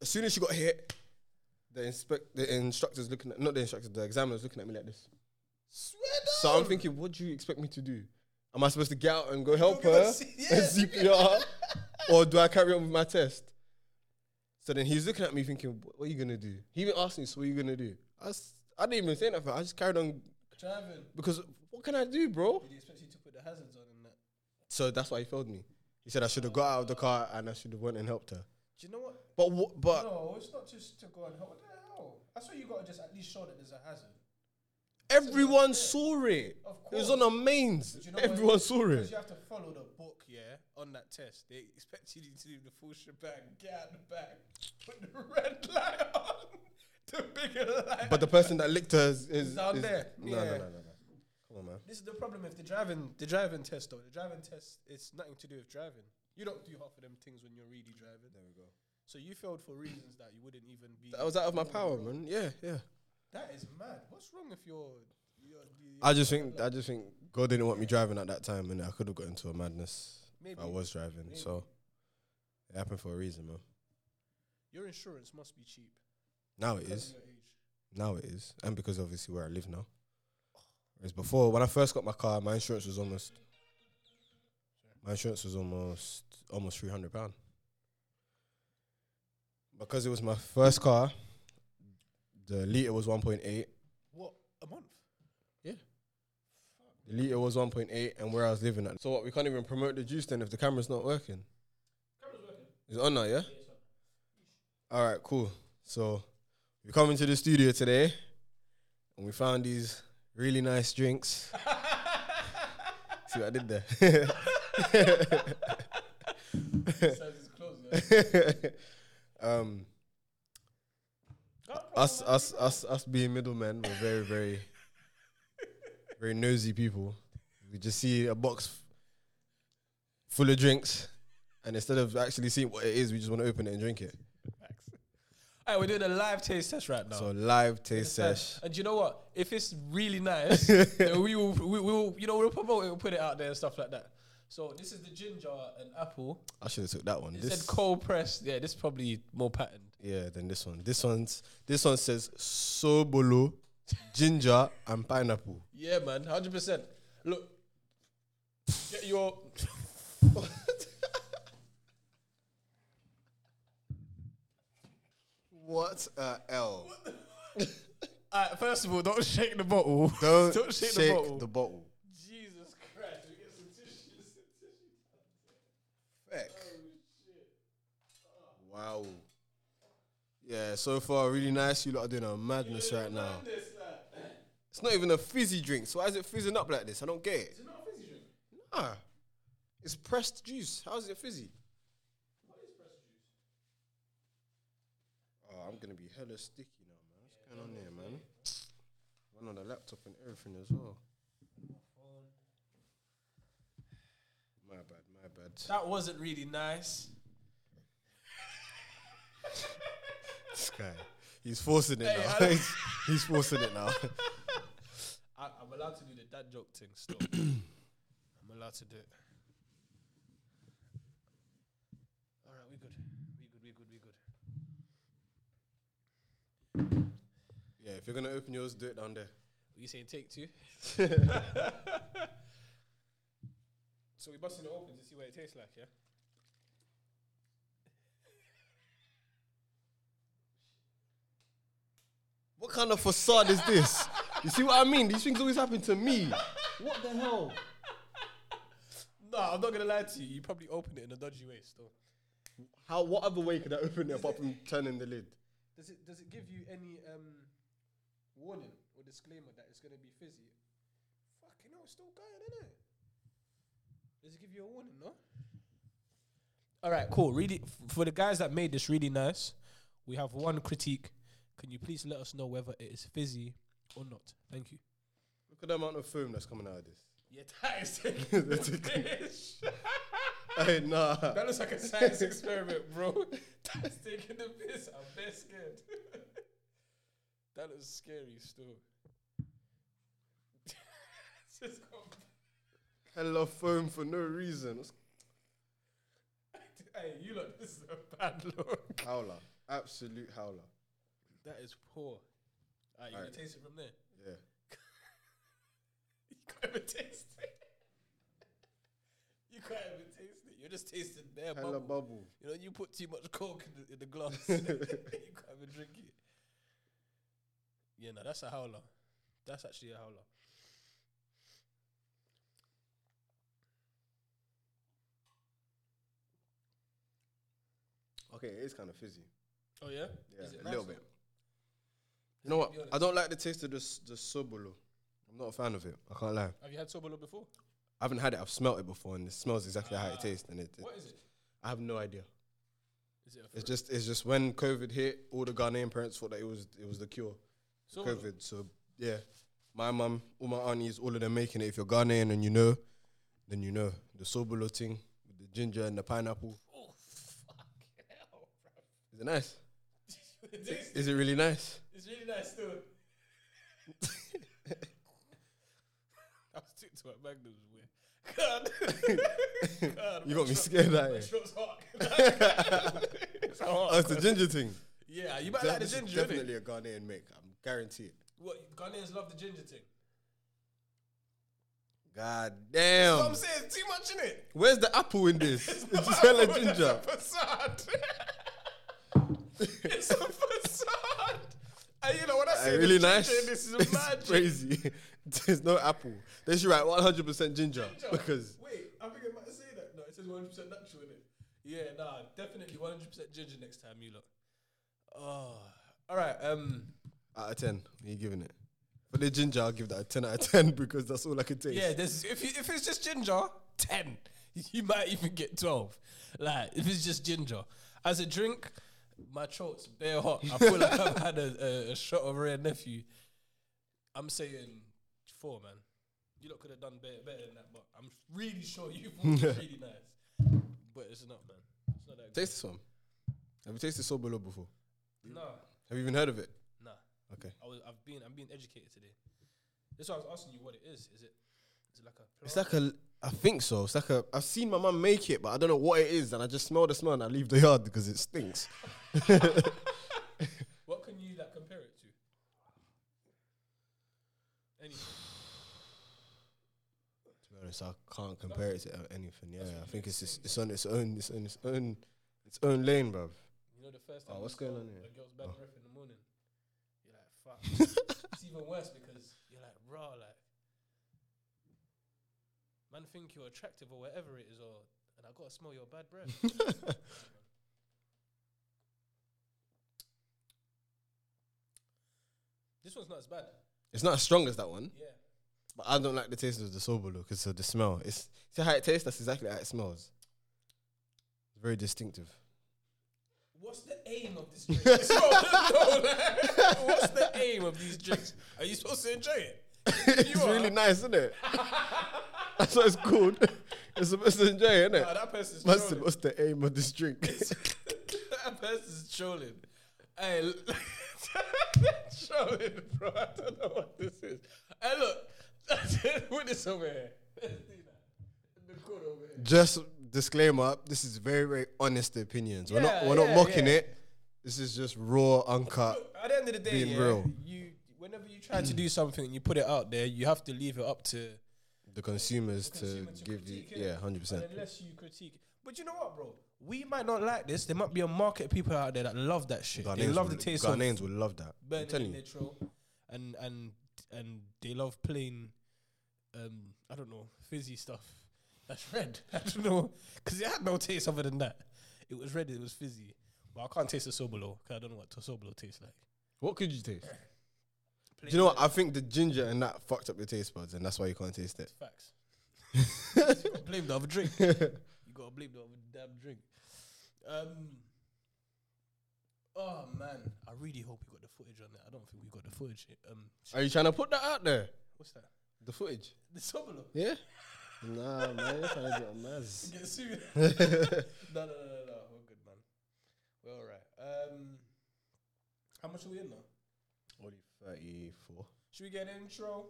S1: As soon as she got hit, the inspect the instructor's looking at not the instructor, the examiner's looking at me like this.
S2: Swear down.
S1: So I'm thinking, what do you expect me to do? Am I supposed to get out and go help
S2: give her
S1: her
S2: C-
S1: and
S2: yeah.
S1: CPR, or do I carry on with my test? So then he's looking at me thinking, "Wh- what are you gonna do? He even asked me, so what are you gonna do? I, s- I didn't even say nothing. I just carried on
S2: Driving.
S1: because what can I do, bro?
S2: Did you expect you to put the hazards on and that?
S1: So that's why he failed me. He said I should have got out of the car and I should have went and helped her.
S2: Do you know what?
S1: But wha- but
S2: No, it's not just to go and help. What the hell? That's why you gotta just at least show that there's a hazard.
S1: everyone saw it.
S2: Of
S1: It was
S2: course.
S1: on a mains.
S2: Do you know what?
S1: everyone saw
S2: Because
S1: it.
S2: you have to follow the book, yeah, on that test. They expect you to do the full shebang, get out the back, put the red light on, the bigger light.
S1: But the person that licked her is, is,
S2: It's down
S1: is-
S2: there.
S1: No, no,
S2: Yeah.
S1: no, no, no. Come on, man.
S2: this is the problem if the driving, the driving test though. The driving test, it's nothing to do with driving. You don't do half of them things when you're really driving.
S1: There we go.
S2: So you failed for reasons that you wouldn't even be.
S1: I was out of my power, man. Yeah, yeah.
S2: That is mad. What's wrong if you're? you're, you
S1: I just think I just think God didn't want me driving at that time, and I could have got into a madness. if
S2: maybe
S1: I was driving,
S2: Maybe.
S1: so it happened for a reason, man.
S2: your insurance must be cheap.
S1: Now it
S2: because
S1: is.
S2: of your age.
S1: Now it is, and because obviously where I live now. Whereas before, when I first got my car, my insurance was almost my insurance was almost almost three hundred pound. Because it was my first car, the liter was one point eight.
S3: What a month?
S1: The liter was one point eight, and where I was living at. So what? We can't even promote the juice then if the camera's not working. Camera's working. It's on now, yeah. All right, cool. So we come into the studio today, and we found these really nice drinks. See what I did there. um, us, us, us, us being middlemen, we're very, very, very nosy people. We just see a box f- full of drinks, and instead of actually seeing what it is, we just want to open it and drink it.
S2: All right, we're doing a live taste test right now.
S1: So live taste sesh.
S2: And you know what? If it's really nice, then we will, we, we will, you know, we'll promote it, we'll put it out there and stuff like that. So this is the ginger and apple.
S1: I should have took that one.
S2: It
S1: This,
S2: said cold pressed. Yeah, this is probably more patterned.
S1: yeah, then this one. This one's this one says sobolo, ginger, and pineapple.
S2: Yeah, man, hundred percent. Look, get your.
S1: What a L.
S2: All right, first of all, don't shake the bottle.
S1: Don't,
S2: Don't
S1: shake,
S2: shake the
S1: the, bottle.
S2: bottle. Jesus Christ! We get some tissues.
S1: Feck. Wow. Yeah, so far really nice. You lot are doing a madness right now. It's not even a fizzy drink. So why is it fizzing up like this? I don't get it. Is it not a fizzy drink? Nah. It's pressed juice. How is it fizzy? Oh, I'm gonna be hella sticky now, man. What's going on there, man? One on the laptop and everything as well. My bad, my bad.
S2: That wasn't really nice.
S1: This guy, he's forcing it
S2: Hey, I
S1: now.
S2: don't-
S1: he's, he's forcing it now.
S2: I, I'm allowed to do the dad joke thing still. I'm allowed to do it. All right, we good. We good. We good. We good.
S1: Yeah, if you're gonna open yours, do it down there.
S2: Are you saying take two? so we busting it open to see what it tastes like, yeah.
S1: What kind of facade is this? You see what I mean? These things always happen to me. What the hell?
S2: No, I'm not gonna lie to you. You probably opened it in a dodgy way still.
S1: How? What other way could I open it apart from turning the lid?
S2: Does it does it give you any um warning or disclaimer that it's gonna be fizzy? Fucking hell, it's still going, isn't it? Does it give you a warning, no? Alright, cool. Really f- for the guys that made this really nice, we have one critique. Can you please let us know whether it is fizzy or not? Thank you.
S1: Look at the amount of foam that's coming out of this.
S2: Yeah, that is
S1: They're
S2: taking
S1: taking-
S2: bitch.
S1: Hey, nah.
S2: That looks like a science experiment, bro. That's taking the piss. I'm very scared. that looks scary still. It's just got-
S1: Hella foam for no reason. What's
S2: hey, you look, this is a bad look.
S1: howler? Absolute howler.
S2: That is poor. Alright, you
S1: Alright.
S2: gonna taste it from there?
S1: Yeah.
S2: You can't even taste it. You can't even taste it. You're just tasting bare
S1: Hella
S2: bubble.
S1: bubble.
S2: You know, you put too much coke in the, in the glass. you can't even drink it. Yeah, no, that's a howler. That's actually a howler.
S1: Okay, it is kind of fizzy.
S2: Oh yeah,
S1: Yeah,
S2: Is it
S1: a
S2: nice
S1: little
S2: or-
S1: bit. You know what?
S2: Be honest.
S1: I don't like the taste of the s- the sobolo. I'm not a fan of it. I can't lie.
S2: Have you had Sobolo before?
S1: I haven't had it. I've smelt it before, and it smells exactly how it tastes. And it, it-
S2: What is it?
S1: I have no idea.
S2: Is it a
S1: It's just, it's just when COVID hit, all the Ghanaian parents thought that it was, it was the cure,
S2: Sobolo?
S1: COVID. So yeah, my mum, all my aunties, all of them making it. If you're Ghanaian and you know, then you know the sobolo thing with the ginger and the pineapple.
S2: Oh fuck hell,
S1: Is it nice?
S2: bro. It tastes-
S1: Is it really nice?
S2: it's really nice too. I was too to it. Magnum was weird. God, God
S1: You
S2: my
S1: got me
S2: throat-
S1: scared out
S2: my
S1: here.
S2: throat's hot. It's
S1: Oh,
S2: hot.
S1: it's the ginger thing.
S2: Yeah, you might like the
S1: This is
S2: ginger, innit?
S1: Definitely a Ghanaian make. I'm Guarantee it.
S2: What Ghanaians love the ginger thing.
S1: God
S2: What I'm
S1: damn.
S2: saying, it's too much in it.
S1: Where's the apple in this? It's just hella ginger.
S2: Facade. it's a facade. And you know when I say
S1: Uh,
S2: the
S1: really
S2: ginger
S1: nice.
S2: in This is
S1: It's
S2: magic.
S1: crazy. There's no apple. They should write 100% ginger
S2: Ginger.
S1: because
S2: wait, I think I might say that. No, it says 100 percent natural in it. Yeah, nah, definitely 100 percent ginger next time you look. Oh, all right. Um,
S1: out of 10, you're giving it. But the ginger, I'll give that a 10 out of 10 because that's all I can taste.
S2: yeah, this if you, if it's just ginger, ten. You might even get 12. Like if it's just ginger as a drink, my throat's bare hot. I feel like I've had a, a, a shot of rare nephew. I'm saying four, man. You lot could have done better, better than that, but I'm really sure you thought it was really nice. But it's not, man. It's not that good.
S1: Taste this one. Have you tasted Sobolo before?
S2: No,
S1: Have you even heard of it?
S2: no.
S1: Okay.
S2: I was, I've been, I'm being educated today. That's why I was asking you what it is. Is it, is it like a?
S1: It's
S2: plant?
S1: like a. I think so. It's like a. I've seen my mum make it, but I don't know what it is, and I just smell the smell and I leave the yard because it stinks.
S2: What can you like compare it to? Anything.
S1: To be honest, I can't compare it to uh, anything. Yeah, I think it's just, it's on its own. It's on its own. Its own lane, bruv.
S2: You know the first
S1: Oh,
S2: time.
S1: what's
S2: you
S1: going
S2: saw
S1: on here? Oh.
S2: A girl's bad breath in the morning. You're like, fuck. it's even worse because you're like, raw, like. Man, think you're attractive or whatever it is, or and I gotta smell your bad breath. this one's not as bad.
S1: It's not as strong as that one,
S2: Yeah.
S1: but I don't like the taste of the sobolo because of the smell. It's see how it tastes. That's exactly how it smells. It's very distinctive.
S2: What's the aim of this drink? What's the aim of these drinks? Are you supposed to enjoy it?
S1: it's
S2: are.
S1: really nice, isn't it? That's what it's called. It's supposed to enjoy, isn't it?
S2: Nah, that person's
S1: What's the,
S2: trolling.
S1: what's the aim of this drink?
S2: that person's trolling. Hey, l- trolling, bro. I don't know what this is. Hey, look, put this over here. Let's do that. The corner over here.
S1: Just disclaimer: this is very, very honest opinions. we're not,
S2: Yeah,
S1: we're not
S2: yeah,
S1: mocking
S2: yeah.
S1: it. This is just raw, uncut.
S2: At the end of the day,
S1: Being
S2: yeah,
S1: real.
S2: you whenever you try to do something and you put it out there, you have to leave it up to
S1: The consumers
S2: the consumer
S1: to give you,
S2: critique it.
S1: yeah, hundred percent.
S2: And Unless you critique, but you know what, bro? We might not like this. There might be a market of people out there that love that shit. they love the taste of
S1: Ghanaians will love that. I'm
S2: burning
S1: telling
S2: in
S1: you.
S2: their throat, and and and they love plain, um, I don't know, fizzy stuff. That's red. I don't know because it had no taste other than that. It was red. It was fizzy. But I can't taste the sobolo because I don't know what sobolo tastes like.
S1: What could you taste? Do
S2: Plain
S1: you know
S2: red.
S1: what? I think the ginger and that fucked up your taste buds, and that's why you can't taste it.
S2: Facts. you gotta blame the other drink. You gotta blame the other damn drink. Um. Oh man, I really hope we got the footage on that. I don't think we got the footage. Um,
S1: Are you trying to put that out there?
S2: what's that?
S1: The footage?
S2: The sobolo.
S1: Yeah. Nah, man, you're trying to get a mess.
S2: Get sued. no, no, no, no, no. We're good, man. We're all right. Um, how much are we in now?
S1: Only thirty-four.
S2: Should we get an intro?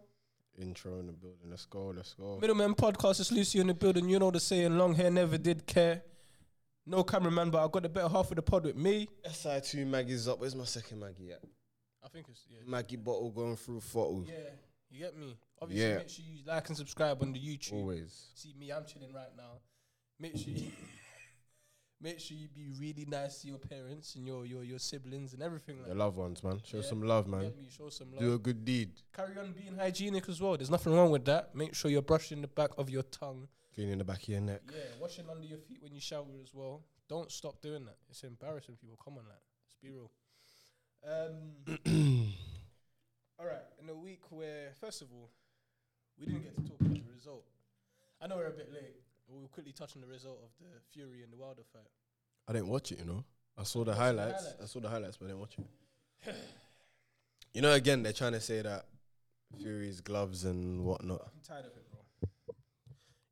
S1: Intro in the building. Let's go. Let's go.
S2: Oh. Middleman podcast. It's Lucy in the building. You know the saying: long hair never did care. No cameraman, but I got the better half of the pod with me.
S1: SI2 Maggie's up. Where's my second Maggie at?
S2: I think it's yeah.
S1: Maggie bottle going through bottle.
S2: Yeah, you get me. Obviously,
S1: Yeah.
S2: make sure you like and subscribe on the YouTube.
S1: Always.
S2: See me, I'm chilling right now. Make sure you make sure you be really nice to your parents and your your your siblings and everything like.
S1: Your
S2: that.
S1: loved ones, man. Show
S2: Yeah.
S1: some love,
S2: You
S1: man.
S2: Get me, show some love.
S1: Do a good deed.
S2: Carry on being hygienic as well. There's nothing wrong with that. Make sure you're brushing the back of your tongue.
S1: Cleaning the back of your neck.
S2: Yeah, washing under your feet when you shower as well. Don't stop doing that. It's embarrassing, people. Come on, like, let's be real. Um, all right, in a week where, first of all, we didn't get to talk about the result. I know we're a bit late. but We'll quickly touch on the result of the Fury and the Wilder fight.
S1: I didn't watch it, you know. I saw the
S2: Watch the
S1: highlights.
S2: highlights.
S1: I saw the highlights, but I didn't watch it. you know, again, they're trying to say that Fury's gloves and whatnot.
S2: I'm tired of it, bro.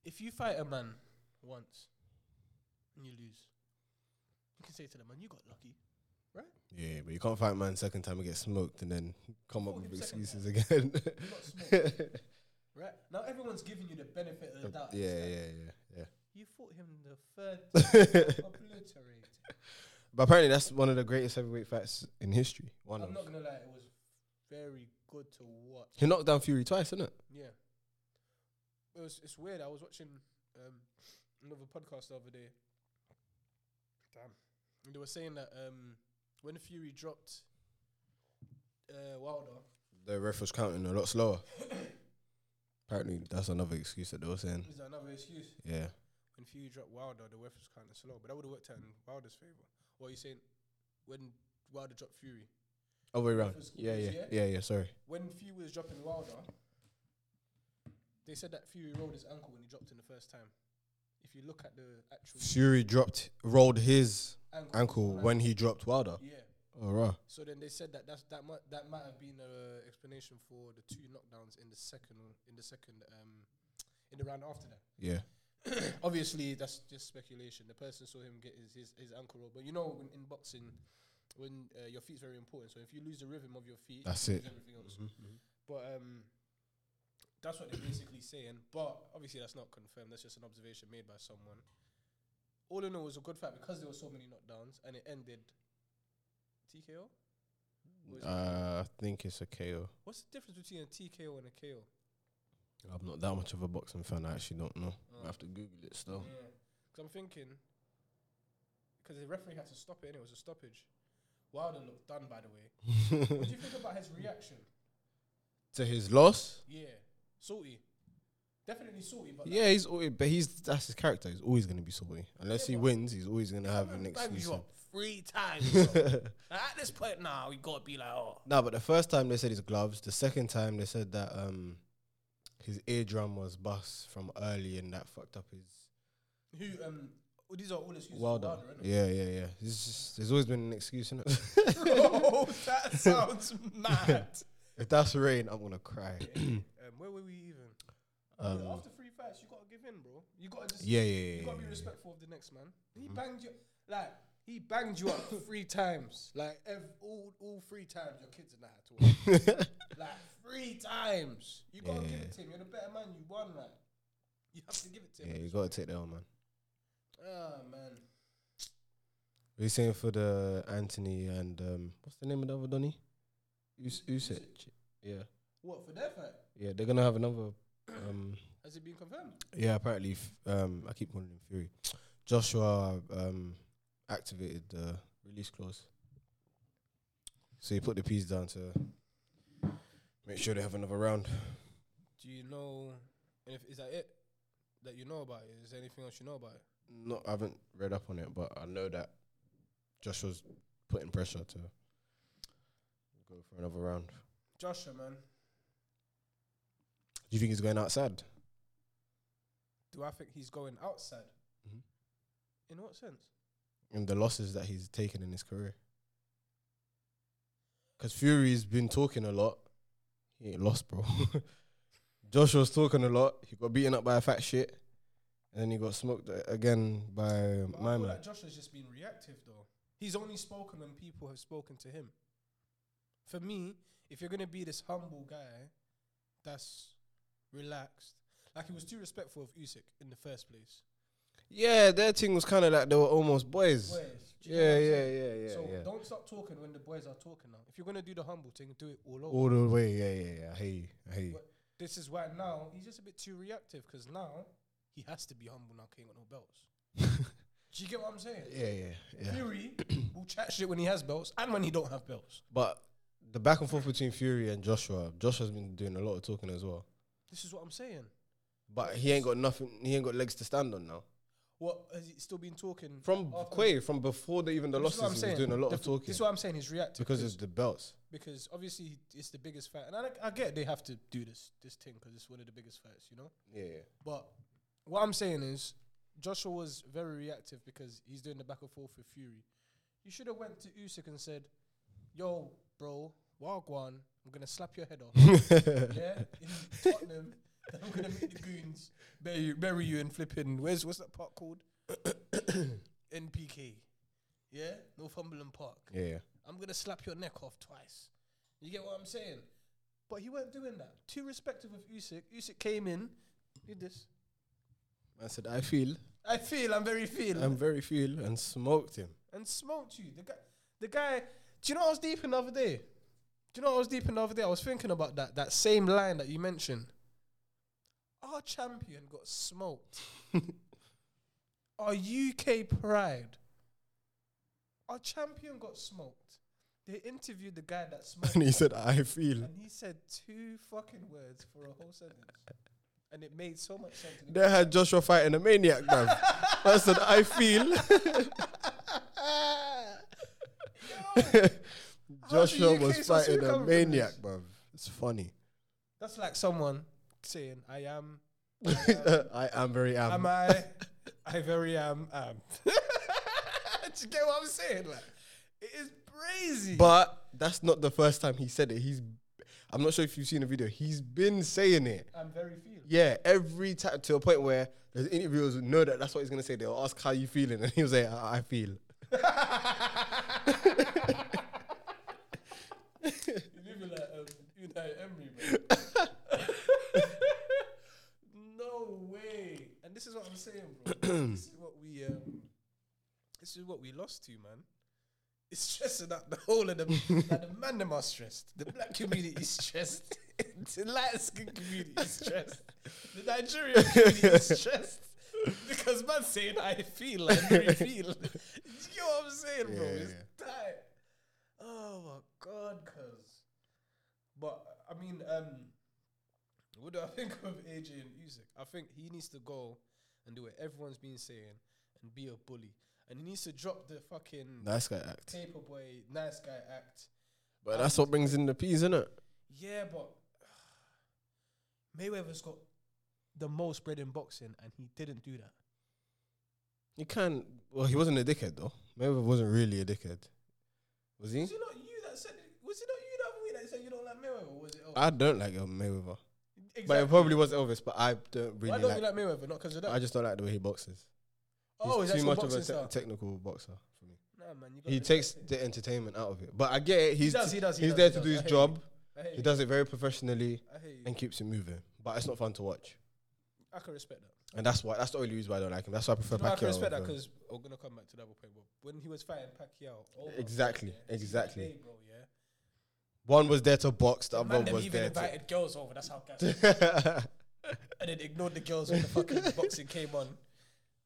S2: If you fight a man once and you lose, you can say to the man, "You got lucky."
S1: Yeah, but you can't fight man second time and get smoked and then come up
S2: Fought
S1: with
S2: him second
S1: excuses again.
S2: You got smoked,
S1: yeah,
S2: right? Now everyone's giving you the benefit of the doubt. It's
S1: yeah,
S2: like,
S1: yeah, yeah.
S2: You fought him the third time, obliterated.
S1: But apparently, that's one of the greatest heavyweight fights in history. One
S2: I'm
S1: of.
S2: not gonna lie, it was very good to watch.
S1: He knocked down Fury twice, isn't it?
S2: Yeah. It was, it's weird. I was watching um, another podcast the other day. Damn. And they were saying that um, when Fury dropped uh, Wilder,
S1: The ref was counting a lot slower. Apparently, that's another excuse that they were saying.
S2: is that another excuse?
S1: Yeah.
S2: When Fury dropped Wilder, the ref was kind of slow, but that would have worked out in Wilder's favor. What are you saying? When Wilder dropped Fury,
S1: Other way around.
S2: Ref was-
S1: Yeah, yeah,
S2: yeah?
S1: yeah, yeah. Sorry.
S2: when Fury was dropping Wilder, they said that Fury rolled his ankle when he dropped in the first time. If you look at the actual
S1: Fury dropped, rolled his
S2: ankle,
S1: ankle when he dropped Wilder.
S2: yeah,
S1: Oh, rah.
S2: So then they said that that's, that might that might have been an explanation for the two knockdowns in the second in the second um in the round after that.
S1: Yeah.
S2: Obviously, that's just speculation. The person saw him get his his, his ankle roll, but you know, when, in boxing, when uh, your feet's very important. So if you lose the rhythm of your feet,
S1: That's
S2: you
S1: it.
S2: lose Everything else. But um, that's what they're basically saying. But obviously, that's not confirmed. That's just an observation made by someone. All in all, it was a good fight because there were so many knockdowns, and it ended TKO. Or is it-
S1: Uh, I think it's a KO.
S2: What's the difference between a TKO and a KO?
S1: I'm not that much of a boxing fan. I actually don't know. I
S2: Uh,
S1: have to Google it still.
S2: Yeah. Because I'm thinking, because the referee had to stop it, and it was a stoppage. Wilder looked done, by the way. what do you think about his reaction?
S1: to his loss.
S2: Yeah, salty. Definitely salty, but
S1: Yeah, he's always, but he's that's his character. He's always gonna be salty. Unless he wins, he's always gonna have an
S4: Bang
S1: excuse.
S4: you up three times. bro. At this point now, we gotta be like, oh,
S1: No, but the first time they said his gloves. The second time they said that um his eardrum was bust from early and that fucked up his
S2: who um, oh, these are all excuses.
S1: well
S2: Wilder,
S1: done.
S2: Wilder innit?
S1: Yeah, yeah, yeah. It's just, there's always been an excuse in it.
S2: Bro, Oh, that sounds mad.
S1: if that's rain, I'm gonna cry.
S2: um, where were we even? Yeah,
S1: Um,
S2: After three fights, you gotta give in, bro. You gotta just
S1: yeah, yeah, yeah.
S2: You
S1: yeah,
S2: gotta be
S1: yeah.
S2: respectful of the next man. He banged you like he banged you up three times. Like ev- all all three times your kids and I had to watch. like three times. You gotta give it to him. You're the better man. You won like. You have to give it to
S1: Yeah,
S2: him.
S1: you gotta take that on, man.
S2: Ah man.
S1: What you saying for the Anthony and um, what's the name of the other Donny? Us- Usyk. Yeah,
S2: What for their fight?
S1: yeah. They're gonna have another. Um,
S2: Has it been confirmed?
S1: yeah, apparently. F- um, I keep calling him Fury. Joshua um, activated the release clause, so he put the piece down to make sure they have another round.
S2: Do you know? And if is that it that you know about it? Is there anything else you know about it?
S1: Not, I haven't read up on it, but I know that Joshua's putting pressure to go for another round.
S2: Joshua, man.
S1: Do you think he's going outside?
S2: Do I think he's going outside?
S1: Mhm.
S2: In what sense?
S1: and the losses that he's taken in his career. Because Fury's been talking a lot. He ain't lost, bro. Joshua's talking a lot. He got beaten up by a fat shit. And then he got smoked a- again by
S2: But I
S1: my
S2: feel
S1: man.
S2: like Josh has just been reactive, though. He's only spoken when people have spoken to him. For me, if you're gonna be this humble guy, that's relaxed. Like he was too respectful of Usyk in the first place.
S1: Yeah, their thing was kind of like they were almost boys.
S2: Boys, do you get what
S1: Yeah,
S2: I'm
S1: yeah,
S2: saying?
S1: yeah, yeah.
S2: so
S1: yeah.
S2: don't stop talking when the boys are talking now. If you're gonna do the humble thing, do it all over.
S1: All the way. Yeah, yeah, yeah. I hear you. I hear you.
S2: But this is why now he's just a bit too reactive because now he has to be humble now. 'cause He ain't got no belts. do you get what I'm saying?
S1: Yeah, yeah, yeah.
S2: Fury will chat shit when he has belts and when he don't have belts.
S1: But the back and forth between Fury and Joshua, Joshua's been doing a lot of talking as well.
S2: This is what I'm saying.
S1: But he ain't got nothing. He ain't got legs to stand on now.
S2: What has he still been talking
S1: From
S2: after-
S1: Quay, from before the, even the
S2: Oh, This is
S1: losses,
S2: what
S1: he
S2: I'm
S1: was
S2: saying.
S1: doing a lot
S2: The
S1: of
S2: f-
S1: talking
S2: This is what I'm saying. He's reactive
S1: because it's the belts.
S2: because obviously it's the biggest fight, and I, I get they have to do this this thing because it's one of the biggest fights, you know.
S1: Yeah,
S2: But what I'm saying is, Joshua was very reactive because he's doing the back and forth with Fury. You should have went to Usyk and said, "Yo, bro, Wagwan, I'm gonna slap your head off." yeah, in Tottenham, I'm gonna make the goons bury you, bury you in flipping. Where's what's that park called? NPK. Yeah, Northumberland Park.
S1: yeah, yeah.
S2: I'm gonna slap your neck off twice. You get what I'm saying? But he weren't doing that. Too respectful of Usyk. Usyk came in, did this.
S1: I said, I feel,
S2: I feel I'm very feel
S1: I'm very feel, and smoked him.
S2: and smoked you. The guy, the guy. Do you know what I was deep in the other day? Do you know what I was deep in the other day? I was thinking about that that same line that you mentioned. Our champion got smoked. Our UK pride. Our champion got smoked. They interviewed the guy that smoked,
S1: and he said, I feel.
S2: and he said two fucking words for a whole sentence, and it made so much sense. to the
S1: They had Joshua fighting a maniac, man. I said, I feel. Joshua
S2: UK
S1: was
S2: supposed to
S1: fighting a
S2: recover from this?
S1: maniac, man. It's funny.
S2: That's like someone saying, "I am,
S1: I am very am.
S2: am I, I very am, am." Do you get what I'm saying? Like, it is crazy.
S1: But that's not the first time he said it. He's, I'm not sure if you've seen the video. He's been saying it.
S2: I'm very feeling.
S1: Yeah, every time to a point where the interviewers would know that that's what he's gonna say. They'll ask how you feeling, and he'll say, "I, I feel."
S2: You live like um, Unai Emery, man. no way. And this is what I'm saying, bro. this is what we um, this is what we lost to, man. It's stressing out the whole of the like the man them are stressed. The black community is stressed. the light skin community is stressed. The Nigerian community is stressed. Because man saying I feel, I very feel. you know what I'm saying, bro? It's tight. Oh my god, cuz. But I mean, um, what do I think of AJ and Usyk? I think he needs to go and do what everyone's been saying and be a bully, and he needs to drop the fucking
S1: Nice guy act,
S2: paperboy nice guy act.
S1: but that's what brings in the peas, isn't it?
S2: Yeah, but Mayweather's got the most bread in boxing, and he didn't do that.
S1: You can. Well, he wasn't a dickhead though. Mayweather wasn't really a dickhead, was he?
S2: Was it not you that said? Was it not you that week that said you don't like Mayweather? Or was it? Elvis?
S1: I don't like El- Mayweather, but
S2: Exactly.
S1: it probably was Elvis. But I don't
S2: Why
S1: really
S2: don't
S1: like.
S2: you like Mayweather? Not because of that.
S1: I just don't like the way he boxes.
S2: oh,
S1: He's
S2: is that
S1: too
S2: some
S1: much of
S2: boxing
S1: a te-
S2: style?
S1: technical boxer for me.
S2: Nah, man, you gotta
S1: He
S2: respect
S1: takes
S2: it.
S1: the entertainment out of it, but I get it. He's
S2: does, he does, he
S1: he's
S2: does,
S1: there
S2: he
S1: to
S2: does.
S1: do
S2: I
S1: his
S2: hear
S1: job.
S2: I hear
S1: He
S2: you.
S1: does it very professionally
S2: I hear you.
S1: and keeps it moving, but it's not fun to watch.
S2: I can respect that.
S1: And that's why that's the only reason why I don't like him. That's why I prefer
S2: You know, I
S1: Pacquiao.
S2: can respect that
S1: over-
S2: because we're gonna come back to that point. But when he was fighting Pacquiao, over,
S1: Exactly,
S2: yeah, he's
S1: exactly.
S2: like, "Hey, bro, yeah.
S1: one was there to box, the
S2: The
S1: other
S2: man
S1: one
S2: them
S1: was
S2: even
S1: there to.
S2: invited girls over. That's how. Gas and then ignored the girls when the fucking boxing came on.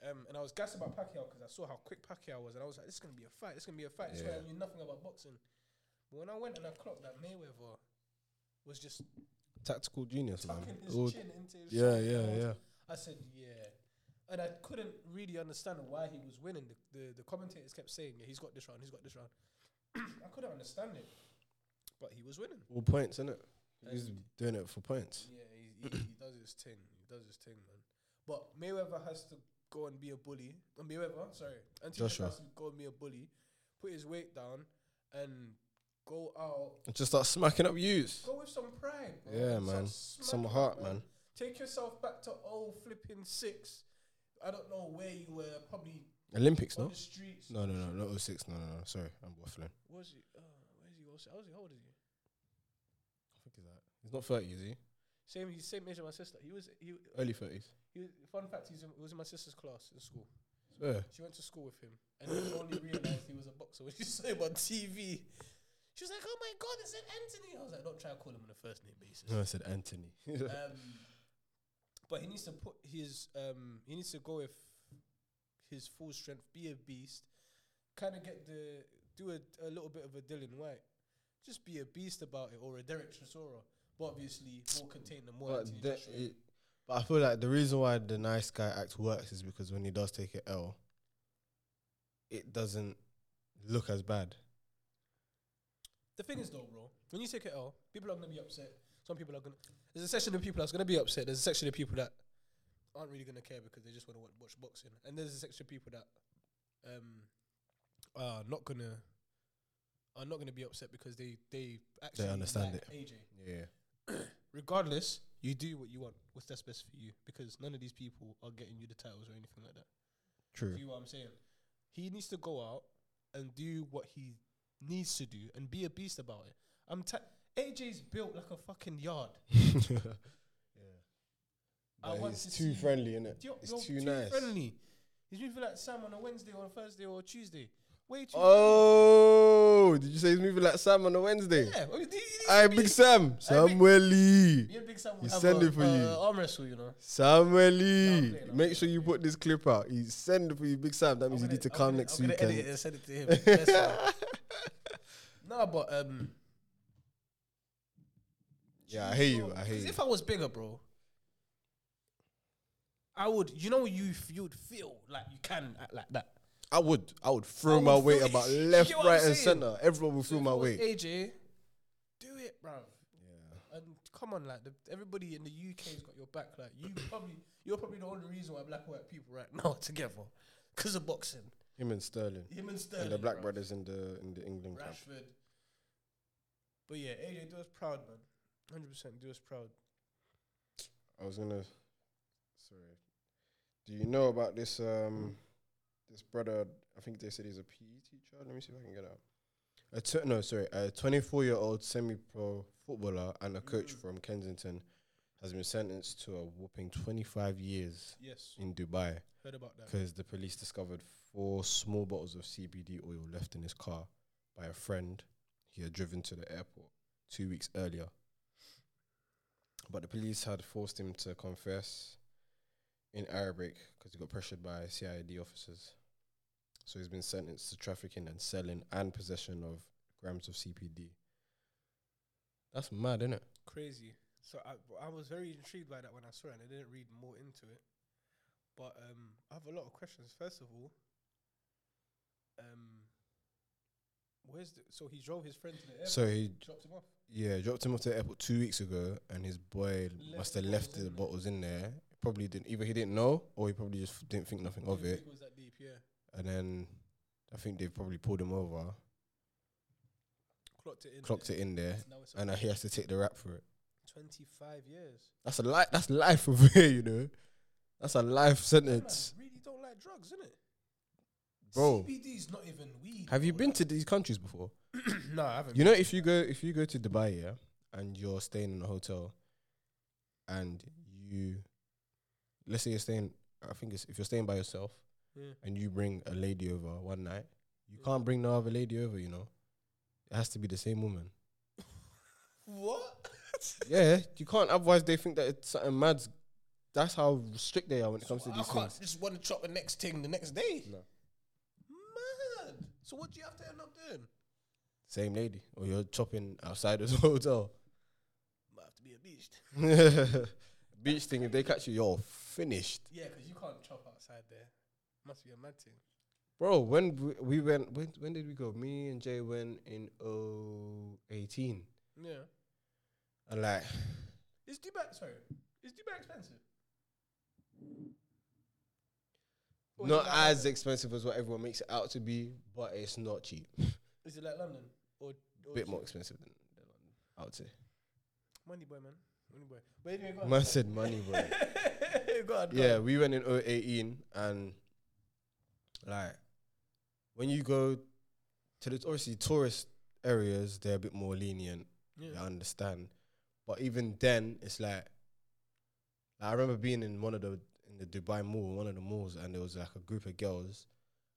S2: Um, and I was gassed about Pacquiao because I saw how quick Pacquiao was, and I was like, "This is gonna be a fight. This is gonna be a fight." This
S1: Yeah.
S2: guy knew nothing about boxing. But when I went and I clocked that Mayweather was just
S1: Tactical genius, man.
S2: tucking his
S1: All-
S2: chin into his
S1: yeah,
S2: shoulder,
S1: yeah,
S2: I was
S1: yeah.
S2: I said, yeah. And I couldn't really understand why he was winning. The, the, the commentators kept saying, yeah, he's got this round, he's got this round. I couldn't understand it. But he was winning.
S1: All points, innit? He's
S2: And-
S1: doing it for points.
S2: Yeah, he, he, he does his thing. He does his thing, man. But Mayweather has to go and be a bully. Uh, Mayweather, sorry. Anthony
S1: Joshua.
S2: has to go and be a bully, put his weight down, and go out.
S1: And just start smacking up yous.
S2: Go with some pride, bro.
S1: Yeah,
S2: Start
S1: man. Some
S2: smacking,
S1: heart, man.
S2: Take yourself back to old flipping six. I don't know where you were, probably
S1: Olympics,
S2: on
S1: no?
S2: the streets.
S1: No, no, no, not 06. No, no, no. Sorry, I'm waffling.
S2: Was he? Oh, where's he? Also, how's he? How old is he?
S1: He's not 30, is he?
S2: Same. He's same age as my sister. He was. He.
S1: Early 30s.
S2: he was, fun fact. He's in, he was in my sister's class in school.
S1: Yeah.
S2: She went to school with him, and he only realized he was a boxer when she saw him on TV. She was like, "Oh my god, is it Anthony?" I was like, "Don't try to call him on a first name basis."
S1: No, I said Anthony.
S2: um, but he needs to put his. Um, he needs to go with his full strength. Be a beast. Kind of get the do a, a little bit of a Dylan White. Just be a beast about it, or a Derek Chisora. But obviously, more contained and more.
S1: But,
S2: Anthony
S1: the-
S2: Joshua.
S1: it- but I feel like the reason why the nice guy act works is because when he does take an L, it doesn't look as bad.
S2: The thing is though, bro, when you take it L, people are gonna be upset. Some people are gonna. There's a section of people that's gonna be upset. There's a section of people that aren't really gonna care because they just wanna watch, watch boxing. And there's a section of people that um are not gonna are not gonna be upset because they they actually
S1: understand
S2: like
S1: it.
S2: AJ.
S1: Yeah.
S2: Regardless, you do what you want. What's that's best for you because none of these people are getting you the titles or anything like that.
S1: True.
S2: Do you know what I'm saying? He needs to go out and do what he needs to do and be a beast about it. I'm ta- AJ's built like a fucking yard.
S1: yeah.
S2: I
S1: But
S2: want
S1: it's
S2: to
S1: too
S2: see-
S1: friendly, innit?
S2: You're-
S1: It's
S2: you're
S1: too nice.
S2: Friendly. He's moving like Sam on a Wednesday or a Thursday or a Tuesday. Way too.
S1: Oh, did you say he's moving like Sam on a Wednesday?
S2: Yeah. I mean, he- he-
S1: Aye, Big Sam. Samuel Lee.
S2: me and Big Sam will
S1: He's
S2: have
S1: sending
S2: a-
S1: for
S2: a
S1: you.
S2: Arm wrestle, you know.
S1: Samuel
S2: I'm
S1: Lee.
S2: playing, I'm
S1: Make sure you put this clip out. He's sending for you, Big Sam. That means you
S2: I'm
S1: need to
S2: gonna-
S1: come
S2: I'm
S1: next
S2: gonna, I'm
S1: weekend.
S2: gonna edit it and send it to him. Bless him. no, but um,
S1: Yeah, I hear you.
S2: bro,
S1: I hear
S2: 'cause
S1: you.
S2: If I was bigger, bro, I would. You know, you f- you'd feel like you can act like that.
S1: I would. I would throw
S2: would
S1: my
S2: feel
S1: weight
S2: it.
S1: about
S2: You
S1: left,
S2: get what
S1: right,
S2: I'm
S1: and
S2: saying?
S1: center. Everyone will
S2: So
S1: throw
S2: if
S1: my
S2: I was
S1: weight.
S2: AJ, do it, bro. And come on, like the, everybody in the UK's got your back. Like you probably, you're probably the only reason why black and white people right now are together because of boxing.
S1: Him and Sterling.
S2: Him and Sterling,
S1: And the black
S2: bruv.
S1: brothers in the in the England camp.
S2: Rashford. But yeah, AJ, do us proud, man. Hundred percent, do us proud.
S1: I was gonna. Sorry. Do you know about this? Um, this brother. I think they said he's a PE teacher. Let me see if I can get it out. A t- no, sorry, a 24-year-old semi-pro footballer and a coach
S2: Mm.
S1: from Kensington has been sentenced to a whopping 25 years
S2: Yes,
S1: in Dubai
S2: heard about that.
S1: because the police discovered four small bottles of CBD oil left in his car by a friend he had driven to the airport two weeks earlier. But the police had forced him to confess in Arabic because he got pressured by CID officers. So he's been sentenced to trafficking and selling and possession of grams of CBD. That's mad, isn't it?
S2: Crazy. So I, I was very intrigued by that when I saw it, and I didn't read more into it. But um, I have a lot of questions. First of all, um, where's the? So he drove his friend to the airport,
S1: So he
S2: dropped him off.
S1: Yeah, dropped him off to the airport two weeks ago, and his boy
S2: Left
S1: must have
S2: the
S1: left
S2: bottles
S1: the
S2: in there.
S1: bottles in there. Probably didn't either. He didn't know, or he probably just didn't think nothing of
S2: Didn't
S1: it.
S2: think was that deep? Yeah,
S1: And then I think they probably pulled him over,
S2: clocked it in.
S1: clocked it in there,
S2: Now it's
S1: and now he has to take the rap for it.
S2: twenty-five years.
S1: That's a life. That's life over here, you know. That's a life
S2: Man,
S1: sentence,
S2: really don't like drugs, innit?
S1: bro.
S2: CBD's not even weed.
S1: Have you
S2: bro.
S1: been to these countries before?
S2: no, I haven't.
S1: You know, if you go if you go to Dubai, yeah, and you're staying in a hotel, and you, let's say you're staying, I think it's if you're staying by yourself,
S2: Yeah.
S1: and you bring a lady over one night, you
S2: Yeah.
S1: can't bring no other lady over. You know, it has to be the same woman.
S2: What?
S1: yeah, you can't. Otherwise, they think that it's something mad. That's how strict they are when it comes to
S2: I
S1: these
S2: can't
S1: things.
S2: just want to chop the next thing the next day.
S1: No.
S2: Mad. So what do you have to end up doing?
S1: Same lady, or you're chopping outside of the hotel.
S2: Might have to be a beast.
S1: Beach thing. If they catch you, you're finished.
S2: Yeah, because you can't chop outside there. Must be a mad thing.
S1: Bro, when w- we went, when, when did we go? Me and Jay went in 018.
S2: Yeah.
S1: And like,
S2: Is Dubai sorry? Is Dubai expensive? Or is
S1: not
S2: it like
S1: as
S2: London?
S1: expensive as what everyone makes it out to be, but it's not cheap.
S2: Is it like London or, or
S1: bit
S2: is
S1: more
S2: it-
S1: expensive than, than London, I would say.
S2: Money boy, man. Money boy. But anyway, go on.
S1: Man said money, bro.
S2: go on. Go
S1: yeah,
S2: On.
S1: we went in 018 and like when you go to the obviously tourist areas, they're a bit more lenient.
S2: Yeah.
S1: I understand. But even then, it's like I remember being in one of the in the Dubai mall, one of the malls, and there was like a group of girls,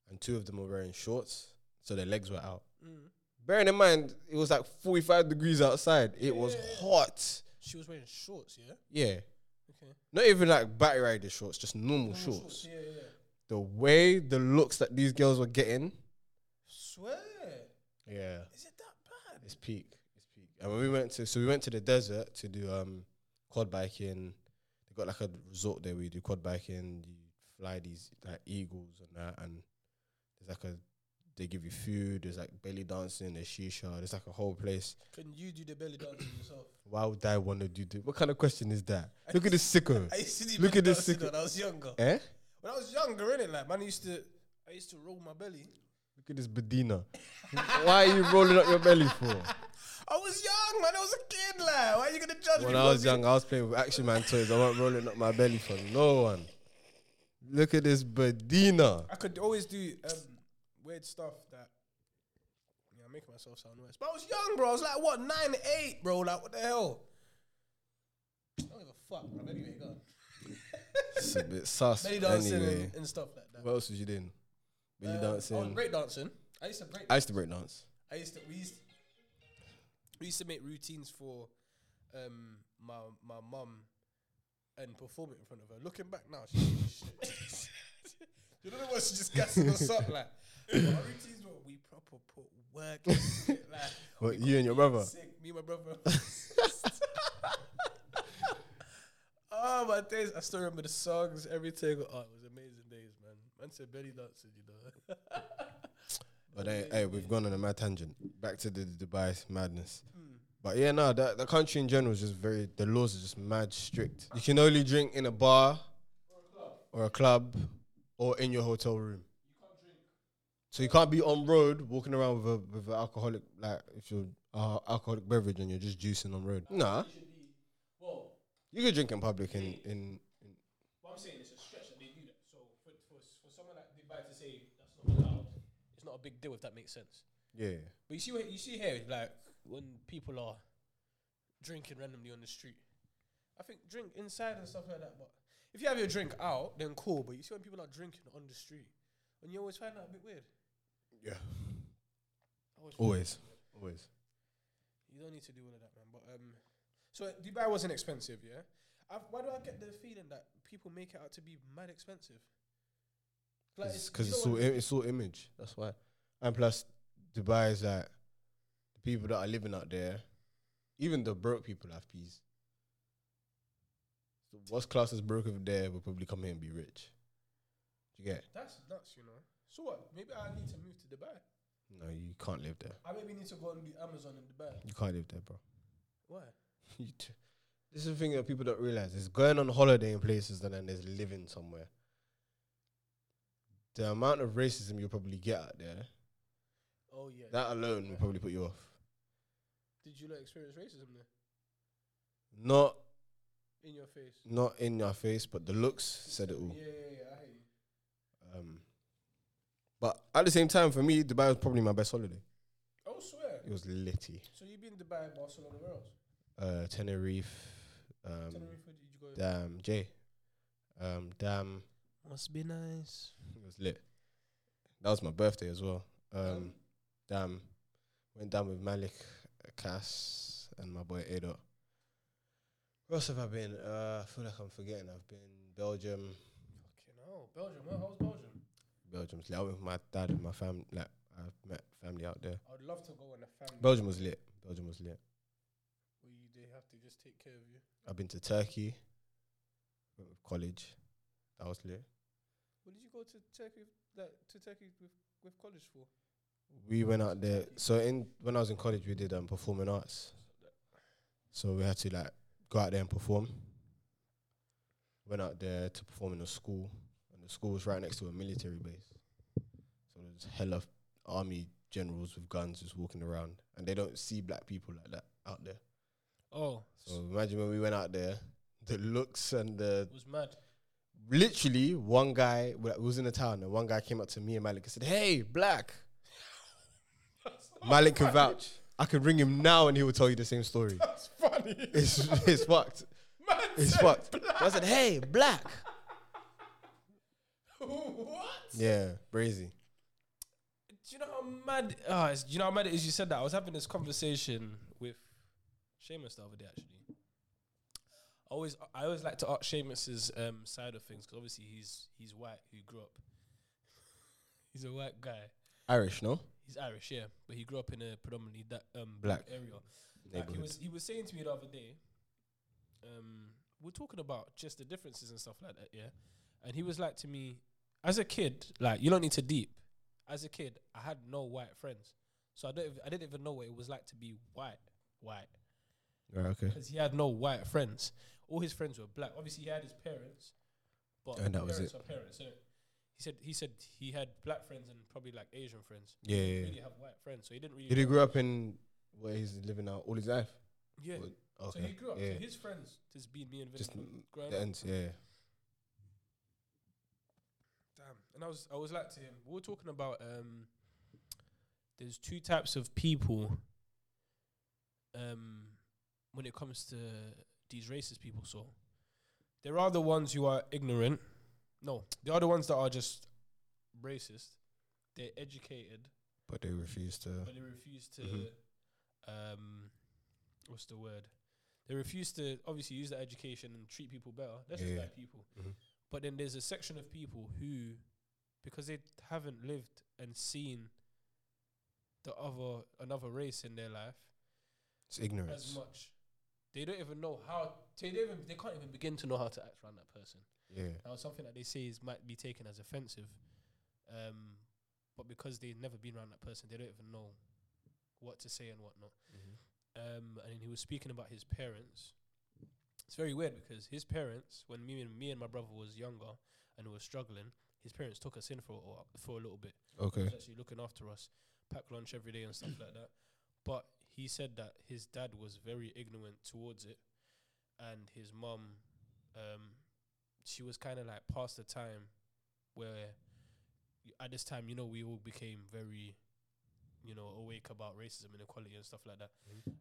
S1: and two of them were wearing shorts, so their legs were out.
S2: Mm.
S1: Bearing in mind, it was like forty-five degrees outside. It was
S2: Yeah.
S1: hot.
S2: She was wearing shorts, yeah?
S1: Yeah,
S2: Okay.
S1: not even like batty rider shorts, just normal,
S2: Normal
S1: Oh, shorts.
S2: Yeah, yeah, yeah.
S1: The way the looks that these girls were getting,
S2: Swear.
S1: yeah,
S2: Is it that bad?
S1: it's peak. It's peak. And when we went to, so we went to the desert to do um quad biking. They got like a resort there. We do quad biking. You fly these like eagles and that, and there's like a they give you food. There's like belly dancing. There's shisha. There's like a whole place.
S2: Can you do the belly dancing yourself?
S1: Why would I want to do that? What kind of question is that? Look at this sicko.
S2: I used to do
S1: Look
S2: belly
S1: at this
S2: dancing
S1: sicko.
S2: when I was younger.
S1: Eh?
S2: When I was younger, innit? Like, man, I used to, I used to roll my belly.
S1: Look at this bedina. Why are you rolling up your belly for?
S2: I was young, man. I was a kid, like. Why are you gonna judge me?
S1: When
S2: for
S1: I was
S2: being-
S1: young, I was playing with Action Man toys. I wasn't rolling up my belly for no one. Look at this Bedina.
S2: I could always do um, weird stuff that. Yeah, I'm making myself sound worse. But I was young, bro. I was like, what, nine, eight, bro? Like, what the hell? I don't give a fuck, bro. Anyway, go on.
S1: It's a bit sus.
S2: Belly dancing
S1: Anyway,
S2: and, and stuff like that.
S1: what else was you doing? Belly
S2: Um, I was
S1: dancing.
S2: break dancing. I used to break.
S1: I used to break dance.
S2: I used to we used we used to make routines for um my my mum and perform it in front of her. Looking back now, she, she- you don't know what she just gassing us up like. But our routines were we proper put work. in it, like
S1: But you and your brother.
S2: sick, me and my brother. oh my days! I still remember the songs, everything. Oh, it was amazing days, man. Man said belly dancing, you know.
S1: But hey, hey, we've gone on a mad tangent. Back to the Dubai madness. But yeah, no, the, the country in general is just very, the laws are just mad strict. You can only drink in a bar or a club or in your hotel room. So you can't be on road walking around with a with an alcoholic like if you're uh, alcoholic beverage and you're just juicing on road. Nah,
S5: Well,
S1: you could drink in public in in. in
S5: what I'm saying is a stretch that they do that. So for for, for someone like Dubai to say that's not allowed,
S2: it's not a big deal if that makes sense.
S1: yeah,
S2: But you see, what you see here, like when people are drinking randomly on the street. I think drink inside and stuff like that. But if you have your drink out, then cool. But you see when people are drinking on the street, and you always find that a bit weird.
S1: yeah,
S2: I always find
S1: always, always.
S2: You don't need to do all of that, man. But um, so Dubai wasn't expensive, yeah. i why do I get the feeling that people make it out to be mad expensive?
S1: because
S2: you
S1: it's,
S2: know
S1: all
S2: what-
S1: im- it's all image. That's why. And plus, Dubai is like the people that are living out there. Even the broke people have peas. So what's class is broke over there will probably come here and be rich. You get?
S2: that's nuts, you know. So what? Maybe I need to move to Dubai.
S1: No, you can't live there.
S2: I maybe need to go and do Amazon in Dubai.
S1: You can't live there, bro.
S2: Why?
S1: You t- this is the thing that people don't realize: is going on holiday in places and then there's living somewhere. The amount of racism you'll probably get out there,
S2: Oh yeah.
S1: that alone will probably put you off.
S2: Did you like experience racism there
S1: Not
S2: in your face?
S1: not in your face, but the looks said it all.
S2: Yeah, yeah, yeah. I hear you.
S1: Um, but at the same time, for me, Dubai was probably my best holiday.
S2: Oh swear.
S1: It was litty.
S2: So you've been to Dubai, Barcelona, where else?
S1: Uh, Tenerife, um,
S2: Tenerife, where did you go?
S1: damn, Jay, um, damn,
S2: Must be nice.
S1: it was lit. That was my birthday as well. Um, damn, went down with Malik, uh, Cass, and my boy Ado. Where else have I been? Uh, I feel like I'm forgetting. I've been Belgium.
S2: Fucking hell, Belgium. Where? How was Belgium?
S1: Belgium's lit. I went with my dad and my family. Like I've met family out there.
S2: I'd love to go on a family.
S1: Belgium was lit. Belgium was lit.
S2: where you, they have to just take care of you.
S1: I've been to Turkey. Went with college. That was lit.
S2: What did you go to Turkey? That to Turkey with, with college for?
S1: We went out there. So in when I was in college, we did um, performing arts. So we had to like go out there and perform. Went out there to perform in a school, and the school was right next to a military base. So there's hella army generals with guns just walking around, and they don't see black people like that out there.
S2: Oh,
S1: So imagine when we went out there, the looks and the
S2: was mad.
S1: literally one guy we was in the town and one guy came up to me and Malik and said, Hey, black. Malik can vouch. I could ring him now and he will tell you the same story.
S2: That's funny.
S1: It's it's fucked. It's fucked. I said, Hey, black.
S2: what?
S1: Yeah, brazy.
S2: Do you know how mad? ah, it's- do you know how mad it is? You said that I was having this conversation with Seamus the other day. Actually, I always I always like to ask Seamus's um, side of things because obviously he's he's white who grew up. He's a white guy.
S1: Irish, no?
S2: He's Irish, yeah, but he grew up in a predominantly that um,
S1: Black.
S2: area. Like he
S1: Neighborhood.
S2: was he was saying to me the other day, um, we're talking about just the differences and stuff like that, yeah. And he was like to me, as a kid, like you don't need to deep. As a kid, I had no white friends, so I don't ev- I didn't even know what it was like to be white, white,
S1: Right, okay.
S2: because he had no white friends. All his friends were black. Obviously, he had his parents, but
S1: And that was
S2: parents are parents. innit? He said he said he had black friends and probably like Asian friends.
S1: Yeah,
S2: He
S1: yeah,
S2: Really
S1: yeah.
S2: have white friends, so he didn't really.
S1: Did he
S2: know-
S1: grow up in where he's living now all his life?
S2: Yeah.
S1: Or-
S2: So
S1: Okay.
S2: he grew up.
S1: Yeah.
S2: So his friends just being me and Vinny
S1: Just
S2: growing
S1: the
S2: up.
S1: ends, yeah.
S2: Damn. And I was I was like to him. We were talking about um there's two types of people um when it comes to these racist people. So there are the ones who are ignorant. No, there are the ones that are just racist. They're educated,
S1: But they refuse to.
S2: but they refuse to
S1: Mhm.
S2: um what's the word they refuse to obviously use that education and treat people better that's
S1: Yeah.
S2: just like people
S1: Mhm.
S2: but then there's a section of people who because they haven't lived and seen the other another race in their life
S1: It's
S2: as
S1: ignorance.
S2: much they don't even know how they don't even, they can't even begin to know how to act around that person
S1: Yeah.
S2: now something that they say is might be taken as offensive, um, but because they've never been around that person, they don't even know what to say and whatnot. Um, and then he was speaking about his parents. It's very weird because his parents, when me and me and my brother was younger and we were struggling, his parents took us in for a, while- for a little bit. He
S1: Okay.
S2: was actually looking after us, packed lunch every day and stuff like that. But he said that his dad was very ignorant towards it, and his mum, um, she was kind of like past the time where, y- at this time, you know, we all became very, you know, awake about racism, inequality, and stuff like that.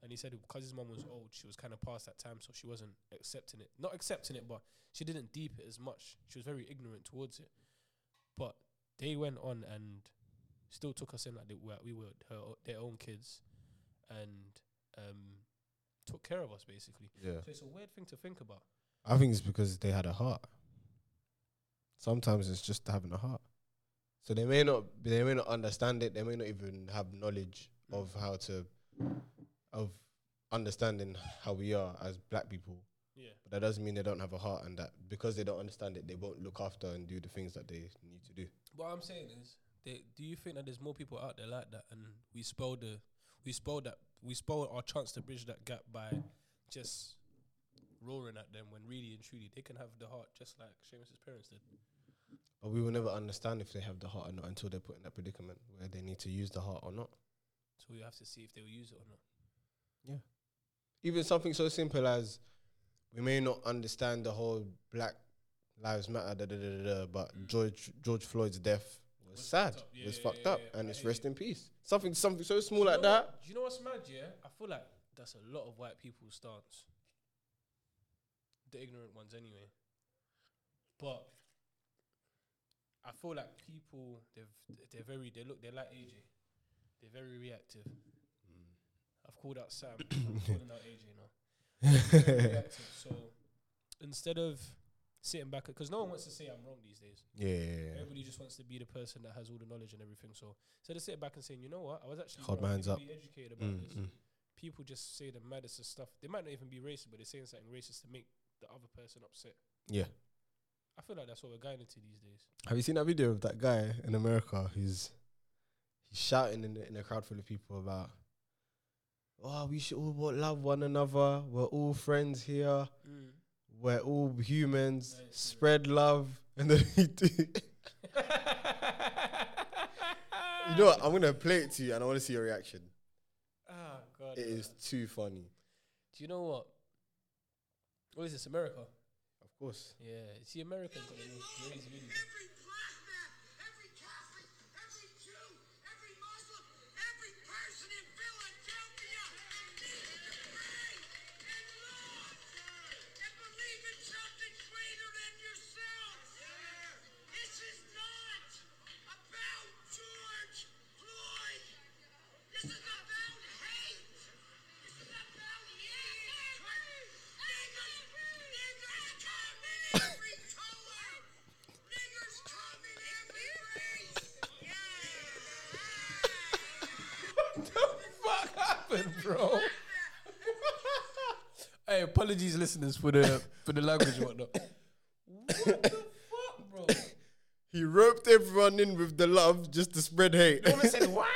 S2: And he said because his mum was old, she was kind of past that time, so she wasn't accepting it. Not accepting it, but she didn't deep it as much. She was very ignorant towards it. But they went on and still took us in like they were, we were her, o- their own kids, and um, took care of us basically.
S1: Yeah.
S2: So it's a weird thing to think about.
S1: I think it's because they had a heart. Sometimes it's just having a heart. So they may not they may not understand it, they may not even have knowledge of how to of understanding how we are as black people.
S2: Yeah,
S1: But that doesn't mean they don't have a heart and that because they don't understand it, they won't look after and do the things that they need to do.
S2: what I'm saying is, they, do you think that there's more people out there like that, and we spoil the, we spoil that, we spoil our chance to bridge that gap by just roaring at them when really and truly they can have the heart just like Seamus's parents did.
S1: But we will never understand if they have the heart or not until they're put in that predicament where they need to use the heart or not.
S2: So we have to see if they will use it or not.
S1: even something so simple as we may not understand the whole Black Lives Matter, da, da, da, da, da, but George George Floyd's death was,
S2: Mm. Was
S1: sad.
S2: fucked up. Yeah,
S1: was
S2: yeah,
S1: fucked
S2: yeah,
S1: up,
S2: yeah.
S1: and
S2: I
S1: it's
S2: hear
S1: rest
S2: you.
S1: in peace. Something something so small like
S2: know
S1: that.
S2: what- Do you know what's mad? Yeah, I feel like that's a lot of white people's stance. The ignorant ones, anyway. But I feel like people they've they're very they look they're like AJ. They're very reactive. Mm. I've called out Sam. I'm calling out AJ now. They're very reactive. So instead of sitting back, because no one wants to say I'm wrong these days.
S1: Yeah, yeah, Mm, yeah, yeah.
S2: Everybody just wants to be the person that has all the knowledge and everything. So instead of sitting back and saying, you know what, I was actually
S1: Hold my
S2: wrong,
S1: hands
S2: need
S1: up.
S2: to be educated about
S1: Mm,
S2: this
S1: mm.
S2: people just say the maddest stuff. They might not even be racist, but they're saying something racist to make the other person upset.
S1: yeah.
S2: I feel like that's what we're going into these days.
S1: Have you seen that video of that guy in America who's he's shouting in, the, in a crowd full of people about, oh, we should all wa- love one another. We're all friends here. We're all humans.
S2: Right, right.
S1: Spread love. And then he did. You know what? I'm gonna play it to you, and I want to see your reaction.
S2: Oh God.
S1: It is too funny.
S2: Do you know what? What is this, America?
S1: Of course.
S2: Yeah, it's the Americans that are the most crazy videos.
S6: Every black man, every Catholic, every Jew, every Muslim, every person in Philadelphia needs to pray and love and believe in something greater than yourself. This is not about George Floyd. This is about hate. This is about hate. Niggas, niggas come in every color. Niggers come in every race.
S2: What happened, bro? hey, apologies, listeners, for the for the language and whatnot. what the fuck, bro?
S1: He roped everyone in with the love just to spread hate.
S2: I said what?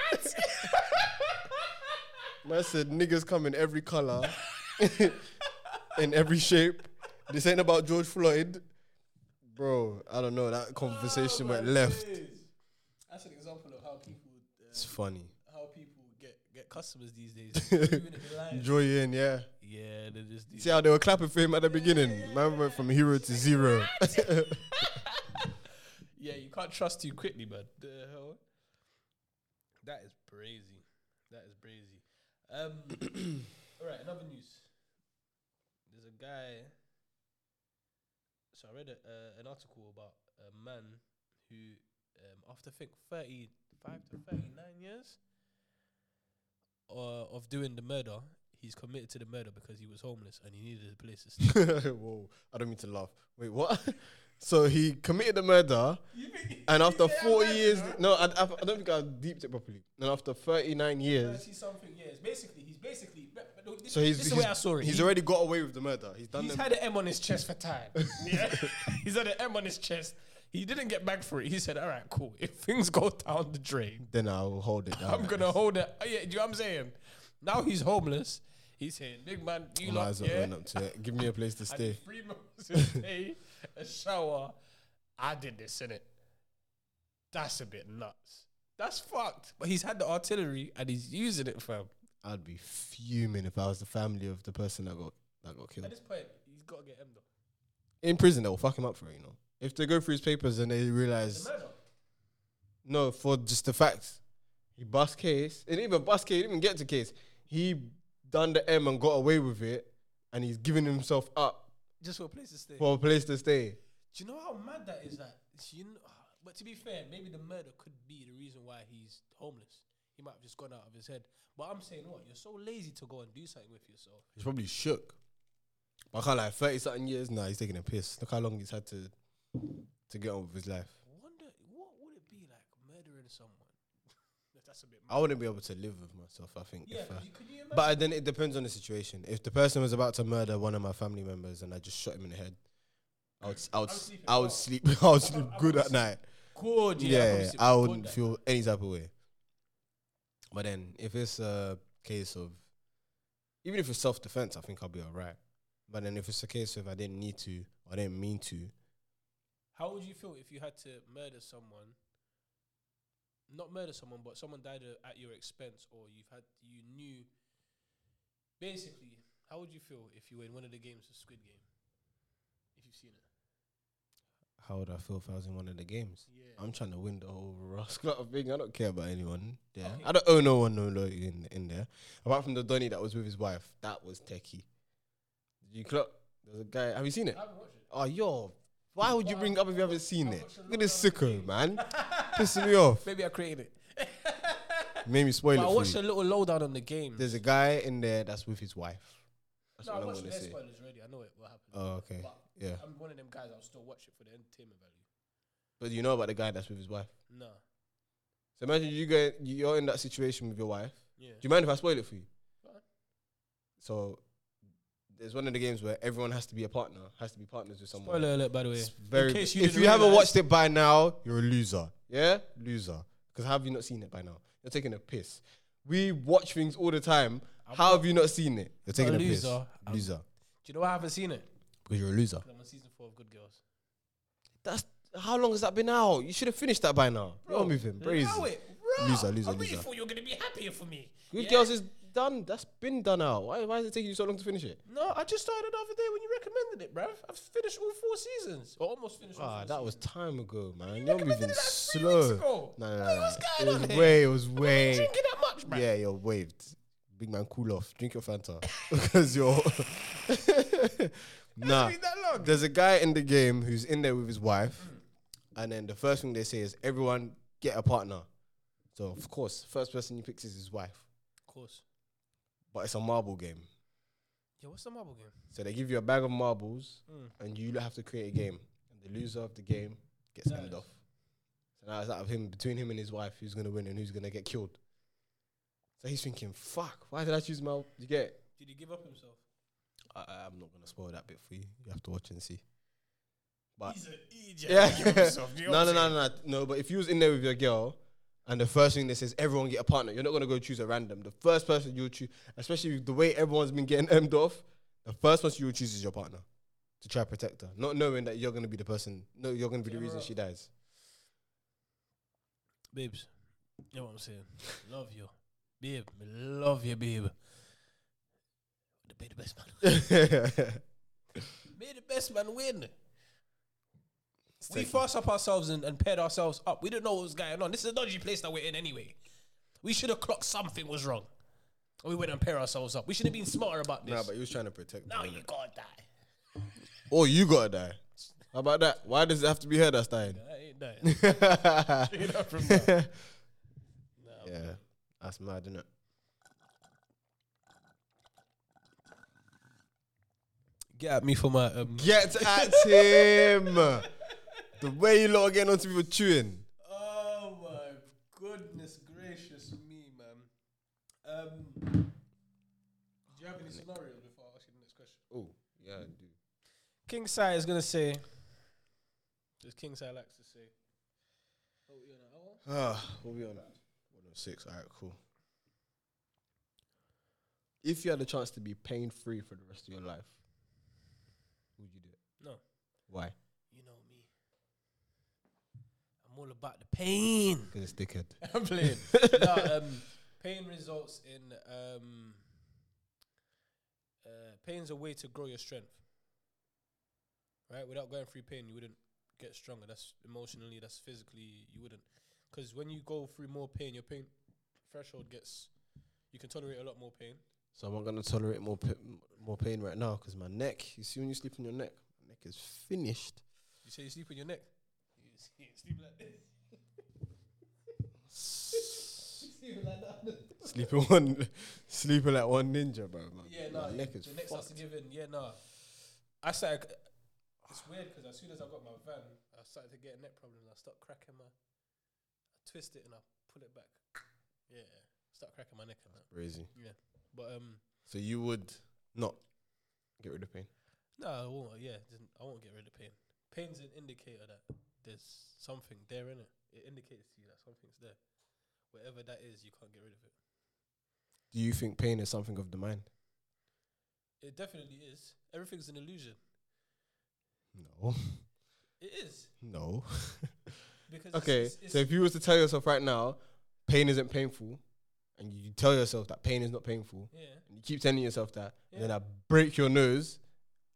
S1: Man said niggas come in every color, in every shape. This ain't about George Floyd, bro. I don't know. That conversation
S2: Oh
S1: went left.
S2: That's an example of how people uh,
S1: It's funny.
S2: how people get get customers these days. Even if they're lying.
S1: Joy in, yeah.
S2: yeah, they're just these.
S1: See how they were clapping for him at the beginning. Man went from hero to zero.
S2: yeah, you can't trust too quickly, man. The hell? That is crazy. That is crazy. Um, all right, another news. There's a guy. So I read a, uh, an article about a man who um, after I think thirty five to thirty nine years uh, of doing the murder, he's committed to the murder because he was homeless and he needed a place to stay.
S1: Whoa, I don't mean to laugh. Wait, what? So he committed the murder, and after 40 years, no, I, I, I don't think I deeped it properly. And after 39 years,
S5: Thirty something years. Basically, he's basically. but- but no, this,
S1: so he's
S5: this is the
S1: he's,
S5: way I saw it.
S1: he's
S5: He-
S1: already got away with the murder. He's done.
S5: he's
S1: them-
S5: had an M on his chest for time.
S2: Yeah. he's had an M on his chest. He didn't get back for it. He said, "All right, cool. If things go down the drain,
S1: then I'll hold it down.
S2: I'm gonna hold it." Oh, yeah, do you know what I'm saying? Now he's homeless. He's saying, "Big man, you
S1: I might
S2: lot,
S1: as well
S2: yeah,
S1: own up to it. Give me a place to
S2: I
S1: stay.
S2: did three meals a day, a shower. I did this in it. That's a bit nuts. That's fucked. But he's had the artillery and he's using it, fam.
S1: I'd be fuming if I was the family of the person that got that got
S2: At
S1: killed
S2: this point, he's got to get him though.
S1: in prison. They'll fuck him up for it, you know. If they go through his papers and they realize
S2: The murder.
S1: no, for just the facts, he bust case. It didn't even bust case. He didn't even get to case. He done the M and got away with it, and he's giving himself up
S2: Just for a place to stay.
S1: for a place to stay.
S2: Do you know how mad that is? That it's- you know, but to be fair, maybe the murder could be the reason why he's homeless. He might have just gone out of his head. But I'm saying, what? You're so lazy to go and do something with yourself.
S1: He's probably shook. But I can't lie, thirty something years now. He's taking a piss. Look how long he's had to to get on with his life.
S2: Wonder what would it be like murdering someone? That's a bit. Mad.
S1: I wouldn't be able to live with myself. I think.
S2: Yeah,
S1: if I,
S2: could you, could you imagine?
S1: But then it depends on the situation. If the person was about to murder one of my family members and I just shot him in the head, I would, s- I would, s-
S2: sleep
S1: I would sleep, I would sleep good at night.
S2: Good, yeah.
S1: Yeah,
S2: obviously
S1: I
S2: good
S1: wouldn't
S2: that-
S1: feel any type of way. But then, if it's a case of, even if it's self defense, I think I'll be alright. But then, if it's a case of I didn't need to, I didn't mean to,
S2: How would you feel if you had to murder someone? Not murder someone, but someone died uh, at your expense, or you've had you knew. Basically, how would you feel if you were in one of the games of Squid Game? If you've seen it,
S1: how would I feel if I was in one of the games?
S2: yeah.
S1: I'm trying to win the whole rascal out of thing. I don't care about anyone. Yeah,
S2: Okay.
S1: I don't owe no one no loyalty in, in there. Apart from the Donny that was with his wife, that was techie. Did you clock? There's a guy. Have you seen it?
S2: I haven't watched it.
S1: Oh, yo, why would you bring it up if you haven't seen it? Look at this sicko, man. Pissing me off.
S2: Maybe I created it.
S1: Made me spoil
S2: But I
S1: it
S2: watched
S1: for
S2: a
S1: you.
S2: little lowdown on the game.
S1: There's a guy in there that's with his wife. That's
S2: no, I
S1: what I'm
S2: watched
S1: gonna
S2: the
S1: say.
S2: spoilers already. I know it will happen.
S1: Oh, okay.
S2: But
S1: Yeah,
S2: I'm one of them guys. I'll still watch it for the entertainment value.
S1: but you know about the guy that's with his wife.
S2: No,
S1: So imagine you go, you're in that situation with your wife.
S2: yeah.
S1: Do you mind if I spoil it for you?
S2: Go on.
S1: So there's one of the games where everyone has to be a partner, has to be partners with someone.
S2: Spoiler alert, by the way.
S1: It's very.
S2: In case you
S1: if
S2: didn't
S1: you haven't
S2: realise-
S1: watched it by now, you're a loser. Yeah, loser. Because how have you not seen it by now? You're taking a piss. We watch things all the time. How have you not seen it? You're taking a,
S2: a
S1: piss.
S2: loser. I'm-
S1: Loser.
S2: Do you know why I haven't seen it?
S1: Because you're a loser.
S2: I'm on season four of Good Girls.
S1: That's how long has that been out? You should have finished that by now. You're moving. Crazy.
S2: Know it, bro.
S1: Loser, loser,
S2: I really
S1: loser.
S2: thought you were gonna be happier for me.
S1: Good
S2: Yeah.
S1: Girls is done. That's been done out. Why, why is it taking you so long to finish it?
S2: No, I just started the other day when you recommended it, bruv. I've finished all four seasons, or almost finished. all
S1: Ah,
S2: four
S1: that was
S2: seasons.
S1: time ago, man. You are
S2: recommended
S1: moving
S2: it like three
S1: slow.
S2: weeks ago.
S1: No, no, no.
S2: What
S1: no.
S2: was going
S1: it
S2: on
S1: was
S2: here?
S1: way, it was way.
S2: drinking that much, bruv.
S1: Yeah, you're waved. Big man, cool off. Drink your Fanta because you're. nah.
S2: been that long.
S1: There's a guy in the game who's in there with his wife, and then the first thing they say is, "Everyone get a partner." So of course, first person he picks is his wife,
S2: Of course.
S1: but it's a marble game.
S2: Yeah, what's the marble game?
S1: So they give you a bag of marbles, and you have to create a game. And the loser of the game gets
S2: Nice.
S1: hand off. So now it's out of him between him and his wife, who's gonna win and who's gonna get killed. So he's thinking, "Fuck, why did I choose my?" You get. it?
S2: Did he give up himself?
S1: I, I- I'm not gonna spoil that bit for you. You have to watch and see. But
S2: He's E an idiot.
S1: Uh, yeah, no, no, no, no, no. But if you was in there with your girl, and the first thing they says everyone get a partner, you're not gonna go choose a random. The first person you'll choose, especially with the way everyone's been getting emmed off, the first person you'll choose is your partner to try to protect her, not knowing that you're gonna be the person, no, you're gonna be the reason she dies.
S2: Babes, you know what I'm saying? Love you, babe. Love you, babe. Be the best man. Be the best man win. We fussed up ourselves and, and paired ourselves up. We didn't know what was going on. This is a dodgy place that we're in anyway. We should have clocked something was wrong. And we went and paired ourselves up. We should have been smarter about this.
S1: Nah, but you was trying to protect
S2: now
S1: her.
S2: you
S1: innit?
S2: gotta die.
S1: Or you gotta die. How about that? Why does it have to be her that's dying?
S2: That ain't ain't dying. Straight up from
S1: yeah,
S2: Nah,
S1: that's mad, innit?
S2: Get at me for my um.
S1: Get at him. the way you lot are getting onto people chewing.
S5: Oh my goodness gracious me, man. Um, do you have any scenarios before I ask you the next question?
S1: Oh, yeah, I do.
S2: King Sai is gonna say. As King Sai likes to say.
S5: Oh, you know, oh,
S1: Ah, we'll be on that. 106, all right, cool. If you had a chance to be pain free for the rest of your life, would you do it?
S2: No.
S1: Why?
S2: You know me. I'm all about the pain.
S1: Because it's dickhead.
S2: I'm playing. no, um, pain results in um, uh, pain's a way to grow your strength. Right, without going through pain, you wouldn't get stronger. That's emotionally, that's physically, you wouldn't. Because when you go through more pain, your pain threshold gets. You can tolerate a lot more pain.
S1: So I'm not going to tolerate more, p- more pain right now because my neck, you see when you sleep on your neck, my neck is finished.
S2: You say you sleep on your neck. You s- you sleep like this.
S1: sleeping one, sleeping like one ninja, bro. Man.
S2: Yeah,
S1: my
S2: no.
S1: neck is
S2: the neck starts
S1: fucked.
S2: to give in. Yeah, no. I started. It's weird because as soon as I got my van, I started to get a neck problem. And I start cracking my. I twist it and I pull it back. Yeah, start cracking my neck and that.
S1: Crazy.
S2: Yeah, but um,
S1: So you would not get rid of pain.
S2: no, I won't. uh, Yeah, doesn't- I won't get rid of pain. Pain's an indicator that there's something there in it. It indicates to you that something's there. Whatever that is, you can't get rid of it.
S1: Do you think pain is something of the mind?
S2: It definitely is. Everything's an illusion.
S1: No,
S2: It is
S1: no.
S2: because it's-
S1: Okay,
S2: it's- it's-
S1: so if you was to tell yourself right now, pain isn't painful, and you tell yourself that pain is not painful,
S2: yeah.
S1: and you keep telling yourself that, and then
S2: Yeah.
S1: I break your nose,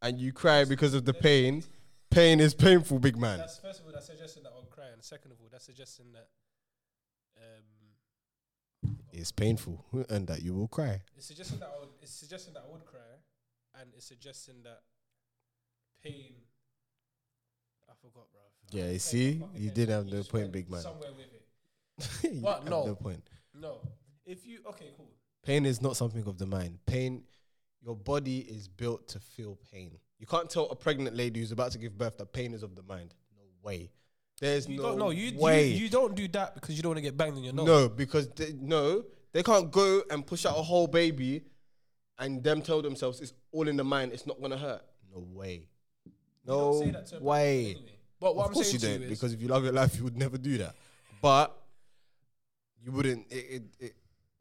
S1: and you cry because of the pain. Pain is painful, big man.
S2: That's first of all, that's suggesting that I'll cry, and second of all, that's suggesting that um,
S1: It's painful, and that you will cry.
S2: it's suggesting that I would, it's suggesting that I would cry, and it's suggesting that pain. I forgot, bro.
S1: Yeah, you see, you did have no point, big man.
S2: Somewhere with it.
S1: You
S2: But
S1: have
S2: no.
S1: no point.
S2: No, if you okay, cool.
S1: Pain is not something of the mind. Pain, your body is built to feel pain. You can't tell a pregnant lady who's about to give birth that pain is of the mind. No way. There's no way.
S2: don't do that because you don't want to get banged in your
S1: no, because they, no, they can't go and push out a whole baby, and them tell themselves it's all in the mind. It's not gonna hurt. No way. No
S2: say that to a pregnant
S1: way.
S2: anyway. But what
S1: of
S2: I'm
S1: course
S2: saying
S1: you
S2: to
S1: don't,
S2: you is-
S1: because if you love your life, you would never do that. But you wouldn't. It, it, it,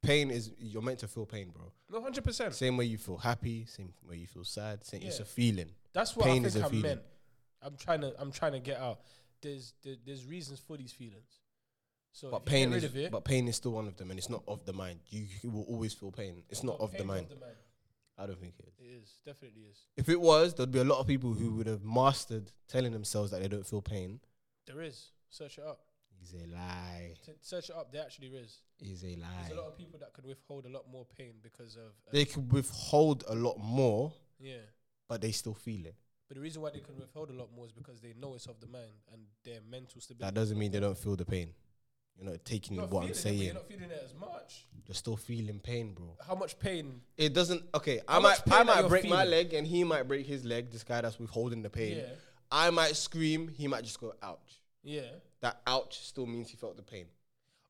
S1: pain is you're meant to feel pain, bro.
S2: No, hundred percent.
S1: Same way you feel happy, same way you feel sad. Same, It's
S2: Yeah.
S1: a feeling.
S2: That's what
S1: pain
S2: I
S1: is
S2: think
S1: a
S2: I
S1: feeling.
S2: meant. I'm trying to, I'm trying to get out. There's, there, there's reasons for these feelings. So
S1: But
S2: if you get
S1: pain
S2: rid
S1: is
S2: of it,
S1: but pain is still one of them, and it's not of the mind. You, you will always feel pain. It's not
S2: No,
S1: of the
S2: pain's
S1: mind.
S2: Of the mind.
S1: I don't think it is.
S2: It is definitely is.
S1: If it was, there'd be a lot of people who would have mastered telling themselves that they don't feel pain.
S2: There is. Search it up.
S1: Is a lie.
S2: T- search it up. There actually is.
S1: Is a
S2: There's a
S1: lie.
S2: lot of people that could withhold a lot more pain because of uh,
S1: They could withhold a lot more,
S2: yeah.
S1: but they still feel it.
S2: But the reason why they can withhold a lot more is because they know it's of the mind and their mental
S1: That
S2: stability.
S1: doesn't mean they don't feel the pain. You're not taking
S2: You're not
S1: what I'm
S2: feeling it, but
S1: saying.
S2: You're not feeling it as much.
S1: You're still feeling pain, bro.
S2: How much pain?
S1: It doesn't. Okay, I
S2: How
S1: might
S2: much
S1: I
S2: pain that
S1: might
S2: you're
S1: break my
S2: feeling?
S1: leg and he might break his leg. This guy that's withholding the pain.
S2: Yeah.
S1: I might scream. He might just go ouch.
S2: Yeah.
S1: That ouch still means he felt the pain.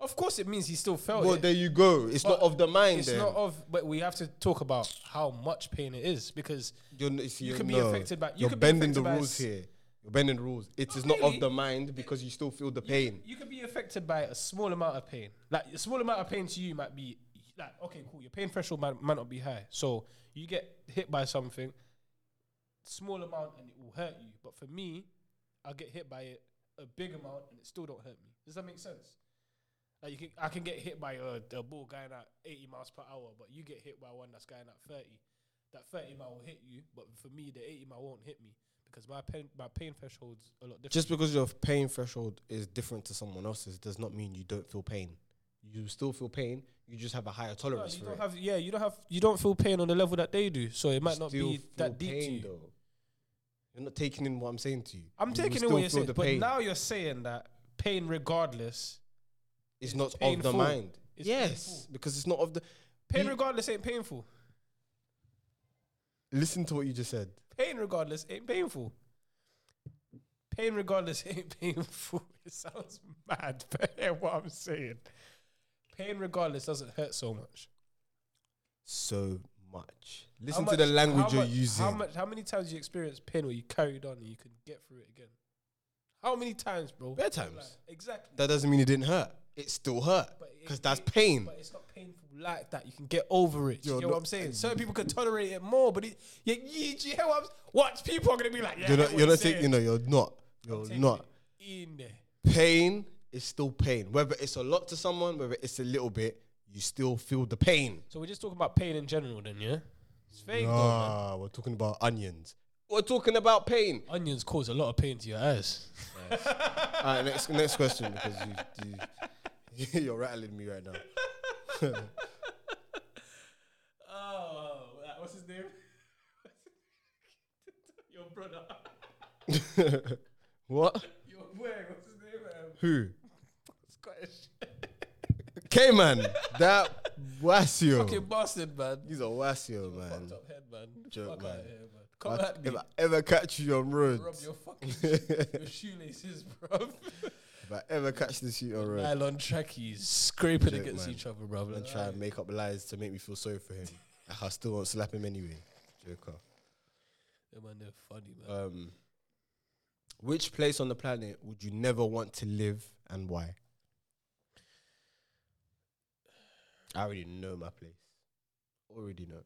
S2: Of course, it means he still felt
S1: well,
S2: it.
S1: there you go. It's not
S2: Oh, But
S1: of the mind.
S2: it's
S1: then.
S2: not of, but we have to talk about how much pain it is because
S1: You're, n- see,
S2: You
S1: you're-
S2: could be
S1: no.
S2: affected by- you
S1: You're
S2: could be
S1: bending the
S2: affected by
S1: rules
S2: s-
S1: here. You're bending the rules. It is not of
S2: really?
S1: the mind because you still feel the pain.
S2: you could be affected by a small amount of pain. Like a small amount of pain to you might be like, okay, cool. Your pain threshold might, might not be high, so you get hit by something, small amount, and it will hurt you. But for me, I get hit by it a big amount, and it still don't hurt me. Does that make sense? Like you can, I can get hit by a, a ball going at 80 miles per hour, but you get hit by one that's going at 30. That 30 mile will hit you, but for me, the 80 mile won't hit me because my pain, my pain threshold's a lot different.
S1: Just because your pain threshold is different to someone else's does not mean you don't feel pain. You still feel pain. You just have a higher
S2: No,
S1: tolerance
S2: you
S1: for
S2: don't
S1: it.
S2: have yeah, you don't have you don't feel pain on the level that they do, so it might not
S1: Still
S2: be that
S1: feel
S2: deep to you.
S1: though. You're not taking in what I'm saying to you.
S2: I'm
S1: You will
S2: taking in
S1: still
S2: what you're
S1: feel
S2: saying,
S1: the
S2: but
S1: pain.
S2: now you're saying that pain regardless.
S1: It's not of the
S2: painful.
S1: mind.
S2: It's
S1: yes, because it's not of the.
S2: Pain
S1: You-
S2: regardless ain't painful.
S1: Listen to what you just said.
S2: Pain regardless ain't painful. Pain regardless ain't painful. It sounds mad, but hear what I'm saying. Pain regardless doesn't hurt so much.
S1: So much. Listen
S2: How
S1: to the
S2: much-
S1: language
S2: how
S1: you're
S2: much-
S1: using.
S2: How much? How many times you experienced pain where you carried on and you can get through it again? How many times, bro?
S1: Bare times.
S2: exactly.
S1: That doesn't mean it didn't hurt. It still hurt
S2: But it-
S1: because that's
S2: it-
S1: pain.
S2: But it's not painful like that. You can get over it. Do
S1: You're
S2: you know what
S1: not-
S2: I'm saying? Certain people can tolerate it more, but it, you, you, do you hear what I'm What people are gonna be like? Yeah,
S1: you're
S2: I
S1: not.
S2: hear
S1: You're
S2: what
S1: not taking. You know. You're not. You're
S2: saying.
S1: not.
S2: Take it in there.
S1: Pain is still pain. Whether it's a lot to someone, whether it's a little bit, you still feel the pain.
S2: So we're just talking about pain in general, then, yeah? It's vague, though. Man.
S1: Ah, we're talking about onions. We're talking about pain.
S2: Onions cause a lot of pain to your eyes.
S1: All right, next next question because you, you you're rattling me right now.
S2: Oh, what's his name? your brother.
S1: what?
S2: Your boy, what's his name? Um,
S1: Who?
S2: Scottish.
S1: K man. That wasio.
S2: Fucking bastard, man.
S1: He's a wasio man.
S2: Fucked up head, man.
S1: Joke,
S2: Fuck
S1: man.
S2: out of here, man. Come
S1: I-
S2: at me.
S1: if I ever catch you on road,
S2: Rub your fucking shoe- your shoelaces, bro.
S1: if I ever catch this you on road,
S2: Nylon trackies scraping
S1: Joke,
S2: against
S1: man.
S2: each other, bro.
S1: and try and make up lies to make me feel sorry for him. I still won't slap him anyway. Joker.
S2: Yeah, man, they're funny, man.
S1: Um, which place on the planet would you never want to live and why? I already know my place. Already know.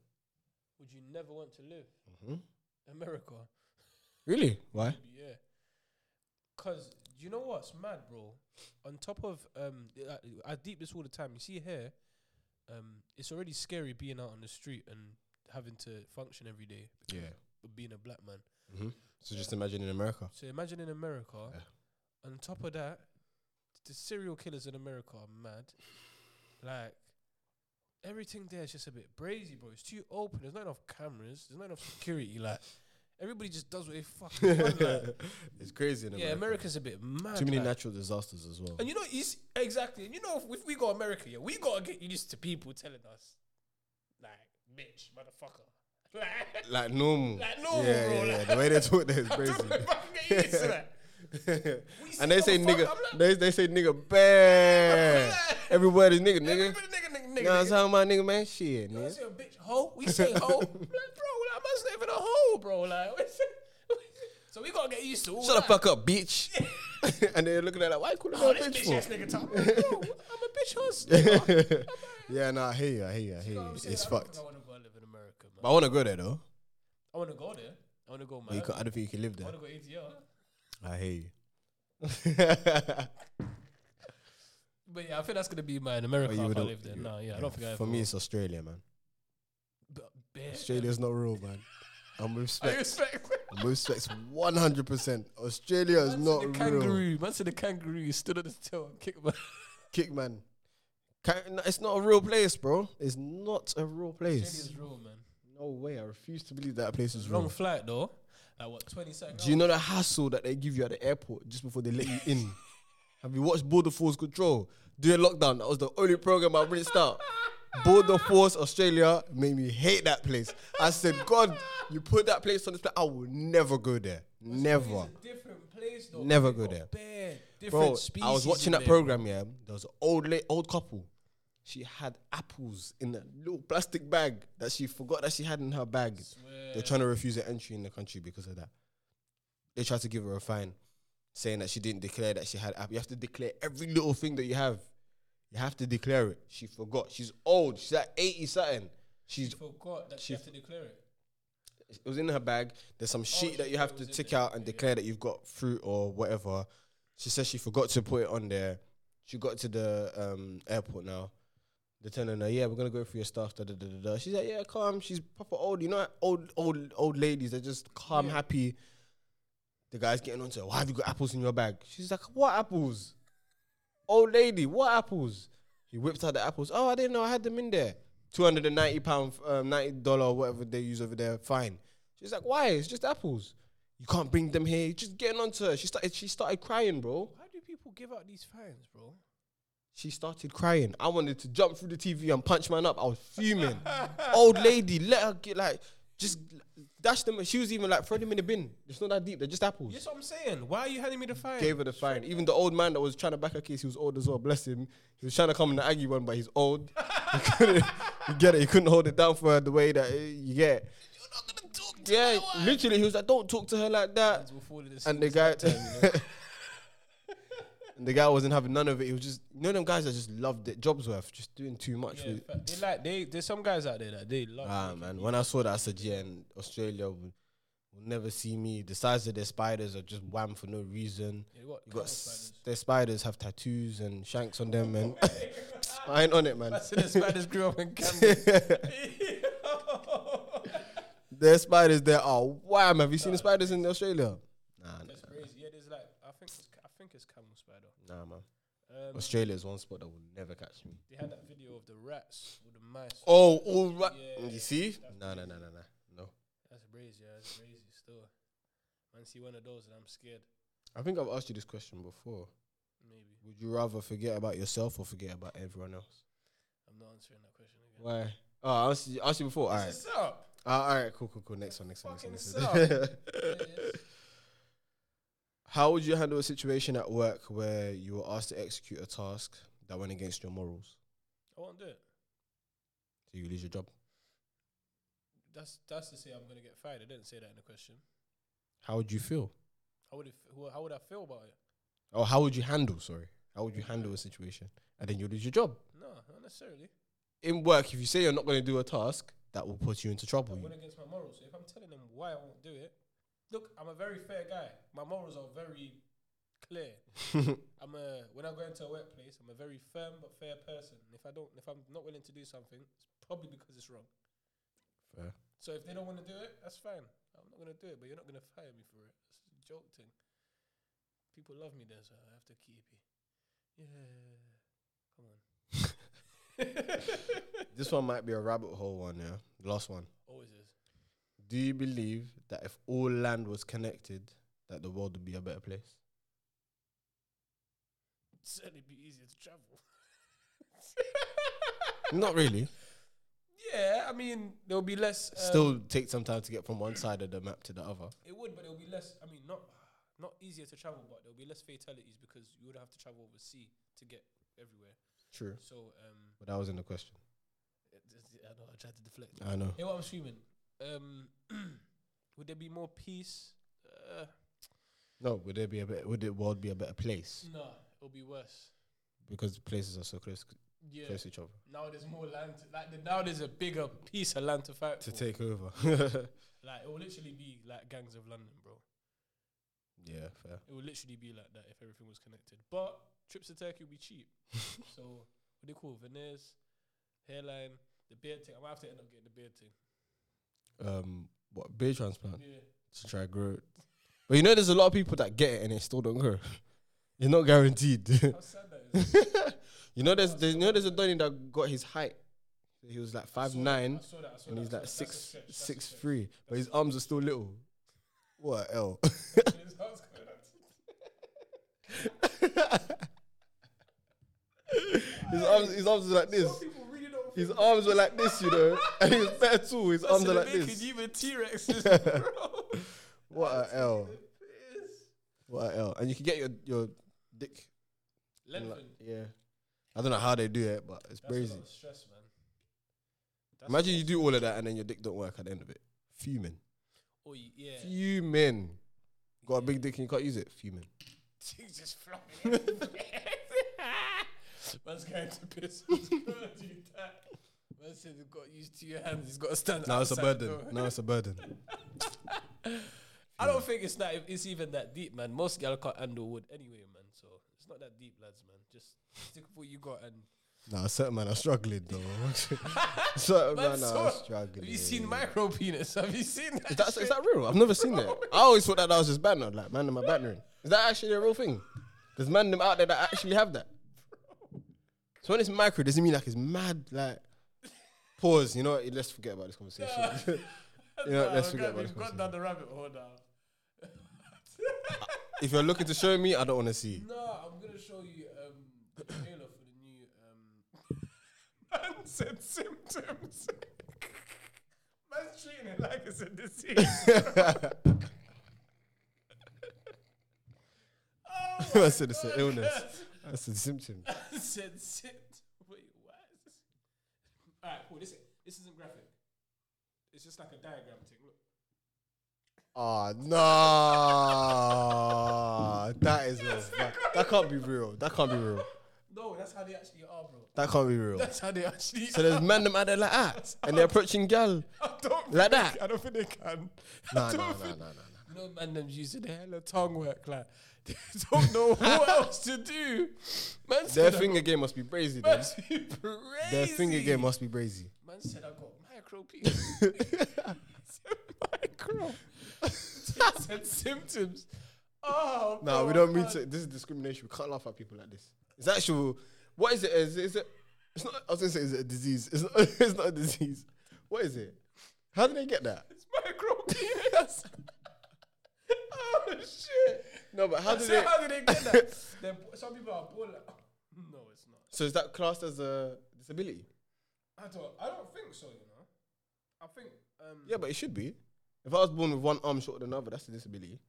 S2: Would you never want to live?
S1: hmm
S2: America.
S1: Really? Why?
S2: Yeah. Cause you know what's mad, bro? On top of um, I, I deep this all the time. You see here, um, it's already scary being out on the street and having to function every day.
S1: Yeah.
S2: Of being a black man.
S1: hmm So just imagine in America.
S2: So imagine in America.
S1: Yeah.
S2: On top of that, the serial killers in America are mad. Like everything there is just a bit brazy, bro. It's too open. There's not enough cameras. There's not enough security. Like everybody just does what they fucking want. Like,
S1: it's crazy in America.
S2: yeah, America's a bit mad.
S1: Too many
S2: like.
S1: natural disasters as well.
S2: And you know, it's exactly. And you know, if, if we go America, yeah, we gotta get used to people telling us, like, bitch, motherfucker, like,
S1: Like normal.
S2: Like normal,
S1: Yeah,
S2: bro,
S1: yeah, yeah.
S2: like-
S1: The way they talk there is crazy.
S2: if I can get used to that.
S1: and they say
S2: see motherfucker,
S1: nigga,
S2: I'm like-
S1: they, they say nigga bad. Every word is nigga, nigga.
S2: Everybody nigga, nigga,
S1: Nah,
S2: nigga,
S1: I'm talking about nigga, man. Shit,
S2: nigga. I
S1: nigga.
S2: say a bitch hoe. We say hoe. like, bro, like, man's not even a hoe, bro. Like, so we gotta get used to. All
S1: Shut the
S2: that.
S1: fuck up, bitch. and they're looking at like, why you calling her
S2: Oh,
S1: a bitch
S2: this bitch ass
S1: for?
S2: nigga talk. I'm like, bro, I'm a bitch host. You
S1: yeah, nah, I hear you, I hear you, I hear
S2: know
S1: you.
S2: what I'm saying?
S1: It's
S2: I don't
S1: fucked.
S2: think I wanna go live in America, man.
S1: But I want to go there though.
S2: I wanna go there. I wanna go,
S1: But you
S2: man.
S1: can, I don't think you can live
S2: I
S1: there.
S2: wanna go ATL.
S1: I hear you.
S2: But yeah, I think that's gonna be mine. America.
S1: But Oh, you
S2: if I
S1: wouldn't-
S2: live there.
S1: you-
S2: No, yeah, I don't think I.
S1: For me, it's Australia, man.
S2: Australia.
S1: Australia's not real, man. I'm with
S2: I
S1: specs.
S2: respect.
S1: I'm with specs 100%. Australia is
S2: Man
S1: not
S2: said the
S1: real.
S2: kangaroo. Man said the kangaroo stood on his tail and kicked my.
S1: Kick, man. Can't- no, It's not a real place, bro. It's not a real place.
S2: Australia's real, man.
S1: No way. I refuse to believe that place is
S2: Long
S1: real.
S2: flight though. Like what, twenty seconds?
S1: Do you know the hassle that they give you at the airport just before they let you in? Have you watched Border Force Control? During lockdown, that was the only program I rinsed out. Border Force Australia made me hate that place. I said, God, you put that place on this planet. I will never go there. Never.
S2: It's a different place though.
S1: Never
S2: They've
S1: go
S2: got
S1: there.
S2: Bear, different
S1: Bro,
S2: species.
S1: I was watching
S2: in
S1: that
S2: there.
S1: program, yeah. There was an old, la- old couple. She had apples in a little plastic bag that she forgot that she had in her bag. They're trying to refuse her entry in the country because of that. They tried to give her a fine, saying that she didn't declare that she had app. You have to declare every little thing that you have. You have to declare it. She forgot. She's old. She's like 80 something. She's
S2: She forgot that she
S1: She-
S2: had to declare it.
S1: it was in her bag. There's some sheet
S2: she
S1: that you have
S2: thought Oh, it
S1: to
S2: was in
S1: tick
S2: there.
S1: out and declare that you've got fruit or whatever. She says she forgot to put it on there. She got to the um, airport now. They're telling her, "Yeah, we're gonna go through your stuff." Da, da, da, da, da. She's like, "Yeah, calm." She's proper old. You know, that old, old, old ladies. They're just calm, happy. The guy's getting onto her. Why have you got apples in your bag? She's like, "What apples?" Old lady, what apples? He whipped out the apples. Oh, I didn't know I had them in there. Two hundred and ninety pound, um, ninety dollar, whatever they use over there. Fine. She's like, why? It's just apples. You can't bring them here. You're just getting onto her. She started. She started crying, bro.
S2: Why do people give out these fines, bro?
S1: She started crying. I wanted to jump through the TV and punch man up. I was fuming. Old lady, let her get like just dash them. She was even like throw them in the bin. It's not that deep. They're just apples.
S2: That's what I'm saying. Why are you handing me the fine?
S1: Gave her the fine. Even the old man that was trying to back her case, he was old as well. Bless him. He was trying to come in the Aggie one, but he's old. he couldn't you get it. He couldn't hold it down for her the way that eh, you get.
S2: You're not gonna talk to
S1: Yeah,
S2: my wife.
S1: literally, he was like, "Don't talk to her like that."
S2: We'll fall in this
S1: and the guy and the guy wasn't having none of it. He was just you know them guys that just loved it. Jobsworth just doing too much.
S2: Yeah,
S1: with,
S2: but they like they. There's some guys out there that they love.
S1: ah man, when I saw that, I said, yeah, and Australia will, will never see me. The size of their spiders are just wham for no reason.
S2: Yeah, what?
S1: You got s- their spiders have tattoos and shanks on them, man. I ain't on it, man.
S2: So the spiders grew up in Cameroon.
S1: Their spiders there are wham. Have you seen the spiders in Australia? Nah,
S2: That's crazy. Yeah, there's like I think it's, I think it's camel spider.
S1: nah, nah, man.
S2: Um,
S1: Australia is one spot that will never catch me.
S2: they had that video of the rats with the mice.
S1: Oh, all right.
S2: Yeah,
S1: you see? No, no, no, no, no, no.
S2: That's crazy. Yeah, that's crazy. Still, man, see one of those and I'm scared.
S1: I think I've asked you this question before.
S2: Maybe
S1: Would you rather forget about yourself or forget about everyone else?
S2: I'm not answering that question again.
S1: Why? Oh, I asked you, asked you before. All right.
S2: What's up?
S1: Uh, all right. Cool, cool, cool. Next one. Next one. Next one. Next
S2: Fucking
S1: one. How would you handle a situation at work where you were asked to execute a task that went against your morals?
S2: I won't do it.
S1: So you lose your job.
S2: That's that's to say I'm gonna get fired. I didn't say that in the question.
S1: How would you feel?
S2: How would it, f- wha- how would I feel about it?
S1: Oh, how would you handle? Sorry. How would you handle a situation? And then you lose your job.
S2: No, not necessarily.
S1: In work, if you say you're not going to do a task, that will put you into trouble.
S2: That went against my morals. So if I'm telling them why I won't do it, look, I'm a very fair guy. My morals are very clear. I'm a when I go into a workplace, I'm a very firm but fair person. If I don't, if I'm not willing to do something, it's probably because it's wrong.
S1: Fair.
S2: So if they don't want to do it, that's fine. I'm not gonna do it, but you're not gonna fire me for it. It's a joke thing. People love me there, so I have to keep it. Yeah, come on.
S1: This one might be a rabbit hole one, yeah. Last one.
S2: Always is.
S1: Do you believe that if all land was connected, that the world would be a better place?
S2: Certainly be easier to travel.
S1: Not really.
S2: Yeah, I mean there'll be less. Um,
S1: Still take some time to get from one side of the map to the other.
S2: It would, but it'll be less. I mean, not not easier to travel, but there'll be less fatalities because you would have to travel over sea to get everywhere.
S1: True.
S2: So, um,
S1: But that wasn't the question.
S2: it- it- I know I tried to deflect.
S1: I know.
S2: Hear what I'm streaming? Um, would there be more peace? Uh,
S1: No, would there be a better, would the world be a better place
S2: no, it'll be worse.
S1: because places are so close
S2: Yeah.
S1: close to each other
S2: Now there's more land. To, like the, now there's a bigger piece of land to fight
S1: to
S2: for.
S1: take over?
S2: Like it will literally be like gangs of London, bro.
S1: yeah, fair.
S2: It will literally be like that if everything was connected. But trips to Turkey will be cheap. so what do they call it? veneers, hairline, the beard thing. I might have to end up getting the beard thing.
S1: Um, what beer transplant
S2: Yeah.
S1: to try grow it. But you know, there's a lot of people that get it and it still don't grow. It's not guaranteed.
S2: How sad that is.
S1: You know, there's, there's you know, there's a Donny that got his height. He was like five nine,
S2: I saw that. I saw
S1: and
S2: that.
S1: he's like
S2: I saw that. That's a
S1: six
S2: stretch, that's a
S1: six
S2: stretch.
S1: three, but his arms are still little. What L?
S2: His arms going out.
S1: his arms his arms are like
S2: Some
S1: this.
S2: people really don't
S1: His arms were like this, you know, and he was better too. His arms are like
S2: making
S1: this.
S2: even T-Rexes, bro.
S1: What a L!
S2: Piss.
S1: What a L! And you can get your your dick. in like-
S2: Lengthen.
S1: yeah, I don't know how they do it, but it's
S2: That's a lot
S1: crazy.
S2: of stress, man. That's a
S1: Imagine
S2: lot
S1: you
S2: of
S1: do all of that and then your dick don't work at the end of it. Fuming.
S2: stress. Oh, you- yeah.
S1: Fuming. Got a big dick and you can't use it. Fuming.
S2: She's just flopping. Man's going to piss. Man's going to do that. Man said he's got used to your hands. He's got to stand.
S1: Now it's a
S2: outside
S1: burden.
S2: door.
S1: Now it's a burden.
S2: I don't think it's not. It's even that deep, man. Most gal can't handle wood anyway, man. So it's not that deep, lads, man. Just stick with what you got. And
S1: Now certain man are struggling though. certain
S2: man,
S1: man
S2: so
S1: are struggling.
S2: have you seen micro penis? Have you seen that?
S1: Is that, is that real? I've never seen that. I always thought that that was just banner, like man in my bannering. Is that actually a real thing? There's man them out there that actually have that. So when it's micro, doesn't mean like it's mad. Like pause. You know, what? let's forget about this conversation. you know, what? let's forget about this
S2: We've gone
S1: conversation.
S2: down the rabbit hole now.
S1: If you're looking to show me, I don't want to see.
S2: No, I'm gonna show you um, Taylor for the new um, man said symptoms. Man's treating it like it's a disease. oh
S1: I said it's an illness. That's a symptom.
S2: said sit. Wait, what? All right, cool. This this isn't graphic. It's just like a diagram thing. Look.
S1: Oh no, that is not, that, that can't be real. That can't be real.
S2: No, that's how they actually are, bro.
S1: That can't be real.
S2: That's how they actually.
S1: So there's man them out there like that, and they're approaching gal
S2: I don't
S1: like
S2: think-
S1: that.
S2: I don't think they can.
S1: Nah, nah, nah, nah, nah, nah.
S2: You know, man, them's using a hella tongue work. Like, they don't know what else to do. Man
S1: Their
S2: said, I
S1: finger game must be brazy. Then.
S2: must be crazy.
S1: Their finger game must be brazy.
S2: Man said, I got micro penis. said, micro. said symptoms. Oh,
S1: No,
S2: bro,
S1: we don't mean
S2: man.
S1: to. This is discrimination. We can't laugh at people like this. It's actual. What is it? Is it? Is it it's not. I was gonna say, is it a disease? It's not. It's not a disease. What is it? How did they get that?
S2: It's micro penis. oh shit!
S1: No, but how
S2: I
S1: did
S2: said,
S1: they?
S2: how did they get that? They're bo- some people are born. Like, "Mm, no, it's not.
S1: So is that classed as a disability?
S2: I don't. I don't think so. You know. I think. Um,
S1: Yeah, but it should be. If I was born with one arm shorter than the other, that's a disability.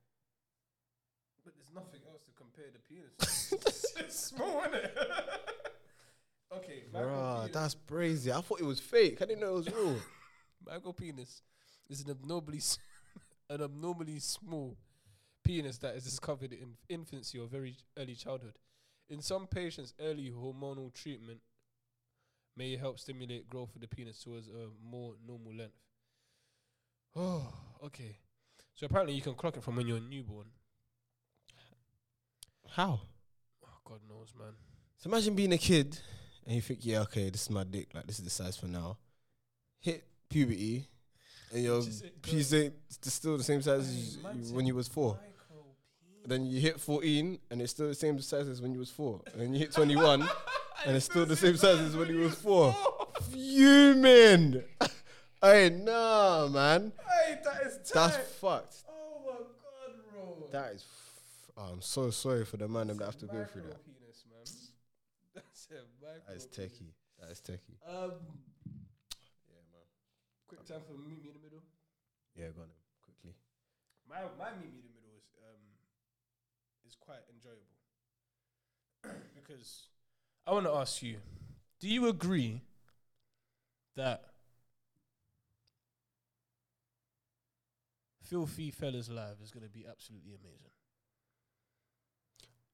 S2: But there's nothing else to compare the penis. to. it's small, innit? okay, micro
S1: Bruh,
S2: penis.
S1: that's crazy. I thought it was fake. I didn't know it was real.
S2: Micro penis is an abnormally s- an abnormally small penis that is discovered in infancy or very early childhood. In some patients, early hormonal treatment may help stimulate growth of the penis towards a more normal length. Oh, okay. So apparently, you can clock it from when you're newborn.
S1: How?
S2: Oh, God knows, man.
S1: So imagine being a kid and you think, yeah, okay, this is my dick. Like this is the size for now. Hit puberty, and your
S2: Just it
S1: piece ain't st- still the same size
S2: Hey,
S1: as
S2: man
S1: you-
S2: said
S1: when you was four.
S2: Micro penis.
S1: Then you hit fourteen, and it's still the same size as when you was four. And then you hit twenty-one, and it's still the same size as when you was four. Fuming. Hey, nah, man.
S2: Hey, that is
S1: That's
S2: tight.
S1: fucked.
S2: Oh my god, bro.
S1: That is. F- oh, I'm so sorry for the man them that have to go through
S2: Micro
S1: that.
S2: Penis, man. That's a micro.
S1: That is
S2: penis.
S1: techie. That is techie.
S2: Um, quick time for meet me in the middle.
S1: Yeah, go on then, quickly.
S2: My my meet me in the middle is um is quite enjoyable because I want to ask you: Do you agree that Filthy Fellas Live is going to be absolutely amazing?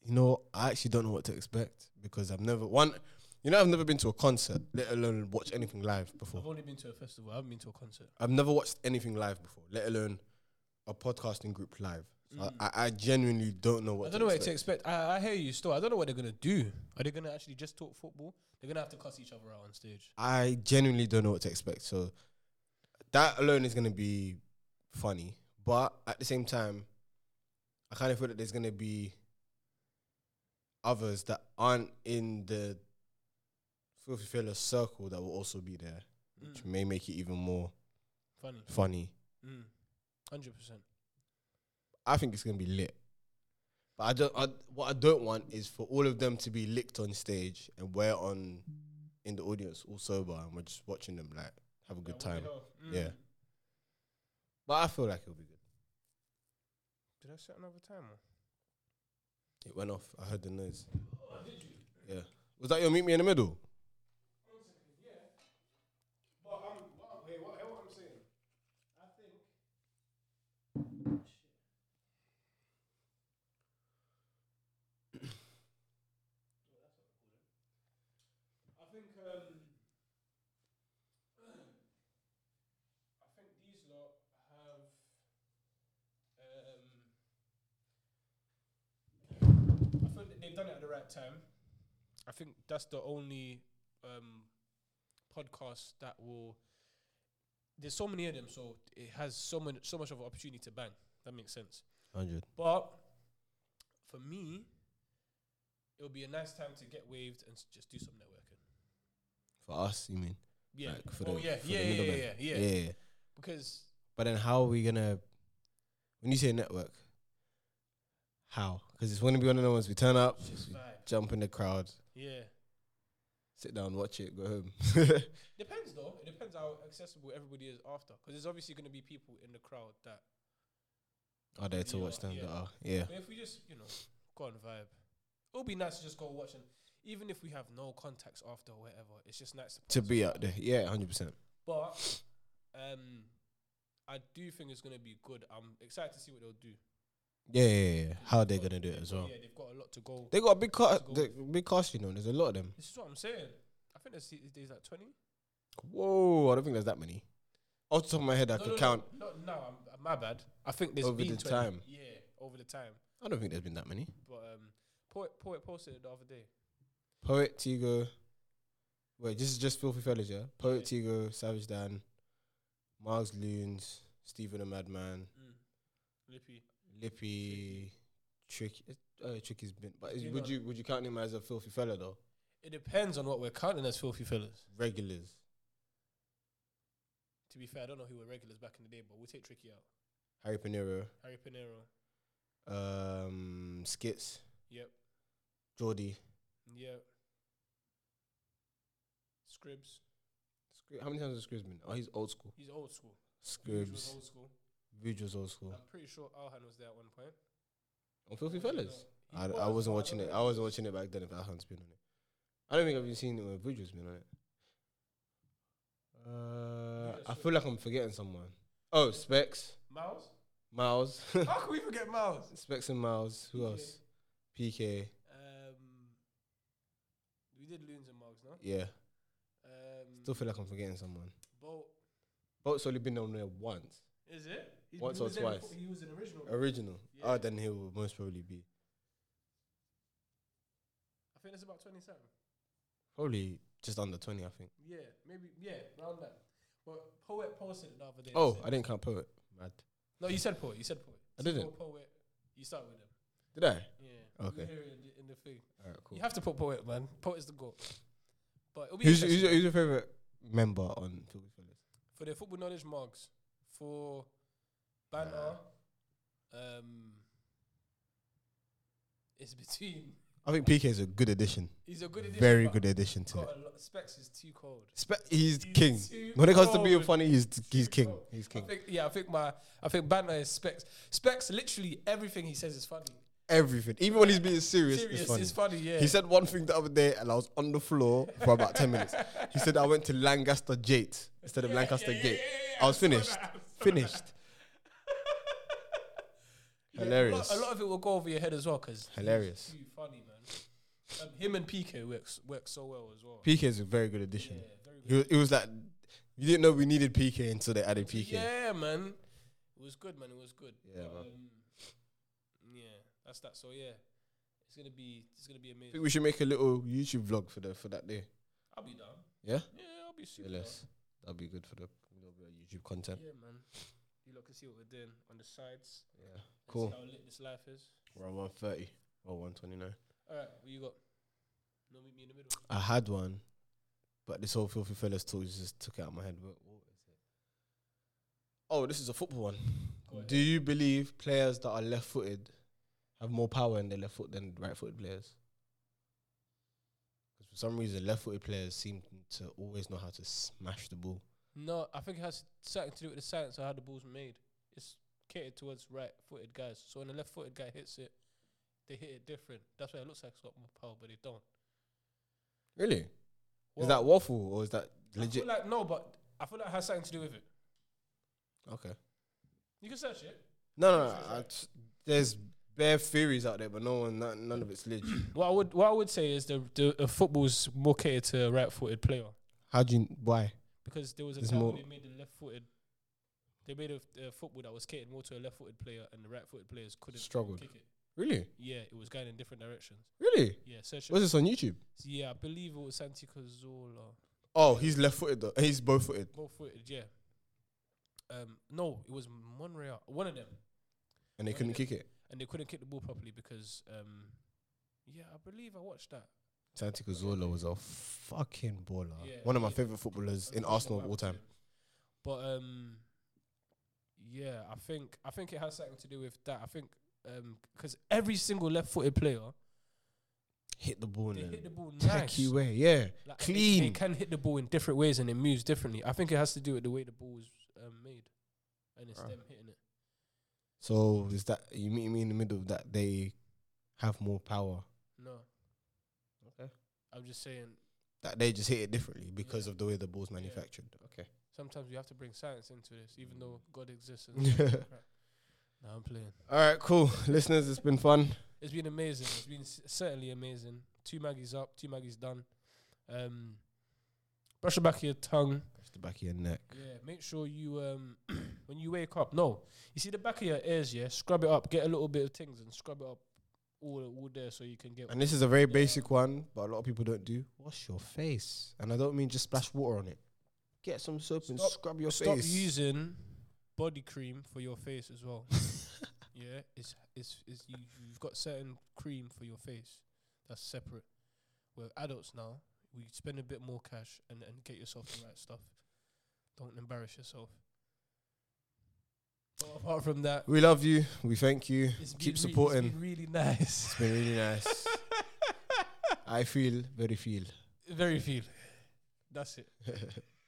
S1: You know, I actually don't know what to expect because I've never one. You know, I've never been to a concert, let alone watch anything live
S2: I've
S1: before.
S2: only been to a festival. I haven't been to a concert.
S1: I've never watched anything live before, let alone a podcasting group live. So I, I, I genuinely don't know what.
S2: Mm. I don't
S1: to
S2: know what to
S1: expect.
S2: expect. I, I hear you still. I don't know what they're gonna do. Are they gonna actually just talk football? They're gonna have to cuss each other out on stage.
S1: I genuinely don't know what to expect. So that alone is going to be funny, but at the same time, I kind of feel that there's going to be others that aren't in the filthy failure circle that will also be there,
S2: Mm.
S1: which may make it even more
S2: Funny.
S1: funny.
S2: Mm. Hundred percent.
S1: I think it's going to be lit. But I don't. I, what I don't want is for all of them to be licked on stage and we're on in the audience all sober and we're just watching them like have a good time. Yeah.
S2: Mm.
S1: But I feel like it'll be good.
S2: Did I set another timer?
S1: It went off. I heard the noise. Yeah. Was that your meet me in the middle?
S2: But I'm, what, hey, what, hey, what I'm saying, I think. Oh, I think um, I think these lot have um, I feel that they've done it at the right time. I think that's the only um podcasts that will. There's so many of them, so it has so much, so much of an opportunity to bang. That makes sense.
S1: Hundred.
S2: But for me, it'll be a nice time to get waved and s- just do some networking.
S1: For us, you mean?
S2: Yeah.
S1: Like, for
S2: oh
S1: the-
S2: yeah,
S1: for the
S2: yeah, yeah, yeah, yeah,
S1: middlemen.
S2: yeah,
S1: yeah.
S2: Because
S1: But then how are we gonna? When you say network, how? Because it's gonna be one of the ones we turn up,
S2: just vibe.
S1: jump in the crowd,
S2: Yeah.
S1: sit down, watch it, go home.
S2: Depends though. It depends how accessible everybody is after, because there's obviously going to be people in the crowd that.
S1: Are there to
S2: Yeah,
S1: watch them
S2: yeah.
S1: that are yeah.
S2: But if we just you know go and vibe, it'll be nice to just go watch and even if we have no contacts after or whatever, it's just nice to
S1: To
S2: pass
S1: be
S2: it
S1: out there, yeah, hundred percent.
S2: But um, I do think it's going to be good. I'm excited to see what they'll do.
S1: Yeah, yeah, yeah. How they're
S2: They've got-
S1: gonna do it
S2: they've
S1: as
S2: got-
S1: well?
S2: Yeah, they've got a lot to go.
S1: They got a big cast,
S2: Go.
S1: the- big cast. You know, there's a lot of them.
S2: this is what I'm saying. I think there's, there's like 20.
S1: Whoa, I don't think there's that many. Off the top of my head, I
S2: No,
S1: could
S2: no,
S1: count.
S2: No, no, no, I'm, uh, my bad. I think there's
S1: Over
S2: been
S1: the
S2: 20.
S1: time.
S2: Yeah, over the time.
S1: I don't think there's been that many.
S2: But um, poet poet posted it the other day.
S1: Poet Tigo. Wait, this is just filthy fellas, yeah. Poet Tigo, Savage Dan, Miles Loons, Stephen the Madman,
S2: Mm. Lippy.
S1: Lippy, Tricky. Uh, Tricky's been, but is,
S2: You
S1: would
S2: know-
S1: you would you count him as a filthy fella though?
S2: It depends on what we're counting as filthy fellas.
S1: Regulars.
S2: To be fair, I don't know who were regulars back in the day, but we'll take Tricky out.
S1: Harry Panero,
S2: Harry Pinero.
S1: um, Skits,
S2: Yep.
S1: Geordie.
S2: Yep. Scribs.
S1: Scri- How many times has Scribs been? Oh, he's old school.
S2: He's old school. He was
S1: Scribs,
S2: old school.
S1: Vigil's old school.
S2: I'm pretty sure Alhan was there at one point.
S1: On filthy
S2: Or was he
S1: fellas. I,
S2: not? He
S1: I wasn't
S2: but
S1: watching
S2: don't
S1: it.
S2: know.
S1: I wasn't watching it back then. If Alhan's been on it, I don't think I've even seen it when Vidya's been on it. Uh, I feel like I'm forgetting someone. Oh, Specs,
S2: Miles?
S1: Miles,
S2: How can we forget Miles?
S1: Specs and Miles. Who
S2: PK.
S1: else? PK.
S2: Um, we did Loons and Mugs, no?
S1: Yeah.
S2: Um,
S1: Still feel like I'm forgetting someone.
S2: Bolt.
S1: Bolt's only been on there once.
S2: Is it? He-
S1: Once
S2: he
S1: or
S2: was there
S1: twice.
S2: before- He was an original.
S1: Original.
S2: Yeah.
S1: Oh, then he will most probably be.
S2: I think it's about 27.
S1: Probably just under 20, I think.
S2: Yeah, maybe, yeah, around that. But Poet posted it the other day.
S1: Oh,
S2: He said-
S1: I didn't count Poet. Mad.
S2: no, you said Poet. You said Poet.
S1: I
S2: So
S1: didn't.
S2: put Poet. You start with him.
S1: Did I?
S2: Yeah.
S1: Okay.
S2: You hear it in the- in the thing.
S1: All right, cool.
S2: You have to put Poet, man. Poet's the goal. But it'll be
S1: Who's, who's, your,
S2: interesting.
S1: who's your favorite member on Filthy Fellas?
S2: for the football knowledge mugs, for banner, um, it's between.
S1: I think PK is a good addition.
S2: He's a good addition.
S1: Very
S2: but
S1: good addition to it.
S2: Got a lot, Specs is too cold.
S1: Spe- he's,
S2: He's
S1: king.
S2: too
S1: When it comes to being
S2: cold.
S1: funny, he's he's
S2: Too
S1: king.
S2: cold.
S1: He's
S2: I
S1: king.
S2: think, yeah, I think my, I think banner is Specs. Specs, literally everything he says is funny.
S1: Everything, even when he's being serious,
S2: Serious,
S1: it's funny.
S2: it's funny. Yeah.
S1: He said one thing the other day, and I was on the floor for about ten minutes. He said I went to Lancaster Gate instead of Lancaster Gate. I was finished, finished.
S2: Yeah,
S1: Hilarious.
S2: A lot, a lot of it will go over your head as well because
S1: Hilarious.
S2: Too funny, man. Um, him and PK works work so well as well.
S1: PK is a very good
S2: yeah,
S1: addition.
S2: very
S1: He was, it was like you didn't know we needed PK until they added
S2: good.
S1: PK.
S2: Yeah, man. It was good, man. It was good.
S1: Yeah,
S2: But,
S1: man.
S2: um, yeah, that's that. So yeah, it's gonna be it's gonna be
S1: I think
S2: amazing.
S1: we should make a little YouTube vlog for the for that day.
S2: I'll be down.
S1: Yeah?
S2: Yeah, I'll be super. down.
S1: Unless that'd be good for the little bit of YouTube content.
S2: Yeah, man. You lot can see what we're doing on the sides.
S1: Yeah,
S2: and
S1: cool.
S2: See how lit this life is.
S1: We're on one thirty or one twenty nine.
S2: All right, what you got? No, meet me in the middle.
S1: I had one, but this whole filthy fellas talk just took it out of my head. What, what is it? Oh, this is a football one.
S2: Go ahead.
S1: Do you believe players that are left footed have more power in their left foot than right footed players? Because for some reason, left footed players seem to always know how to smash the ball.
S2: No, I think it has something to do with the science of how the ball's made. It's catered towards right-footed guys. So when the left-footed guy hits it, they hit it different. That's why it looks like it's got more power, but they don't.
S1: Really?
S2: Well,
S1: is that waffle or is that
S2: I
S1: legit?
S2: feel like no, but I feel like it has something to do with it.
S1: okay.
S2: You can search it.
S1: No, no, no. I t- there's bare theories out there, but no one, none, none of it's legit.
S2: What I would what I would say is the the uh, football's more catered to a right-footed player
S1: How do you? Why?
S2: because there was a
S1: There's
S2: time
S1: more-
S2: when they made the left-footed. They made a, a football that was catered more to a left-footed player, and the right-footed players couldn't
S1: Struggled.
S2: kick it.
S1: Really?
S2: Yeah, it was going in different directions.
S1: Really?
S2: Yeah, search it.
S1: Was this on YouTube?
S2: Yeah, I believe it was Santi Cazorla.
S1: Oh, he's left footed though. He's both footed.
S2: Both footed, yeah. Um, no, it was Monreal, one of them,
S1: And they couldn't kick it.
S2: and they couldn't kick the ball properly because, um, yeah, I believe I watched that.
S1: Santi Cazorla was a fucking baller.
S2: Yeah.
S1: One of my
S2: Yeah.
S1: favourite footballers
S2: I
S1: in
S2: don't know
S1: Arsenal
S2: what
S1: of all time.
S2: happened to him. But um, yeah, I think I think it has something to do with that. I think um, because every single left-footed player
S1: hit the ball
S2: They
S1: and
S2: hit the ball
S1: Check
S2: nice.
S1: you way, yeah,
S2: Like, they-
S1: clean.
S2: They can hit the ball in different ways and it moves differently. I think it has to do with the way the ball was um, made, and it's
S1: Bruh.
S2: them hitting it.
S1: So is that you meet me in the middle of that they have more power?
S2: No.
S1: Okay.
S2: I'm just saying.
S1: That they just hit it differently because of the way the ball's manufactured.
S2: Sometimes we have to bring science into this, even though
S1: Mm.
S2: God exists.
S1: Okay.
S2: now I'm playing.
S1: All right, cool. Listeners, it's been fun.
S2: It's been amazing. It's been s- certainly amazing. Two Maggie's up, two Maggie's done. Um, brush the back of your tongue.
S1: Just the back of your neck.
S2: Yeah, make sure you um when you wake up. No, you see the back of your ears. Yeah, scrub it up. Get a little bit of things and scrub it up all all there so you can get.
S1: And this is a very basic one, but a lot of people don't do. Wash your face. And I don't mean just splash water on it. Get some soap and
S2: Stop-
S1: scrub your
S2: Stop
S1: face.
S2: using body cream for your face as well. yeah, it's it's it's you, you've got certain cream for your face that's separate. We're adults now. We spend a bit more cash and and get yourself the right stuff. Don't embarrass yourself. But apart from that,
S1: we love you. We thank you.
S2: it's been
S1: Keep
S2: re-
S1: supporting.
S2: It's been really nice.
S1: It's been really nice. I feel very feel.
S2: Very few. That's it.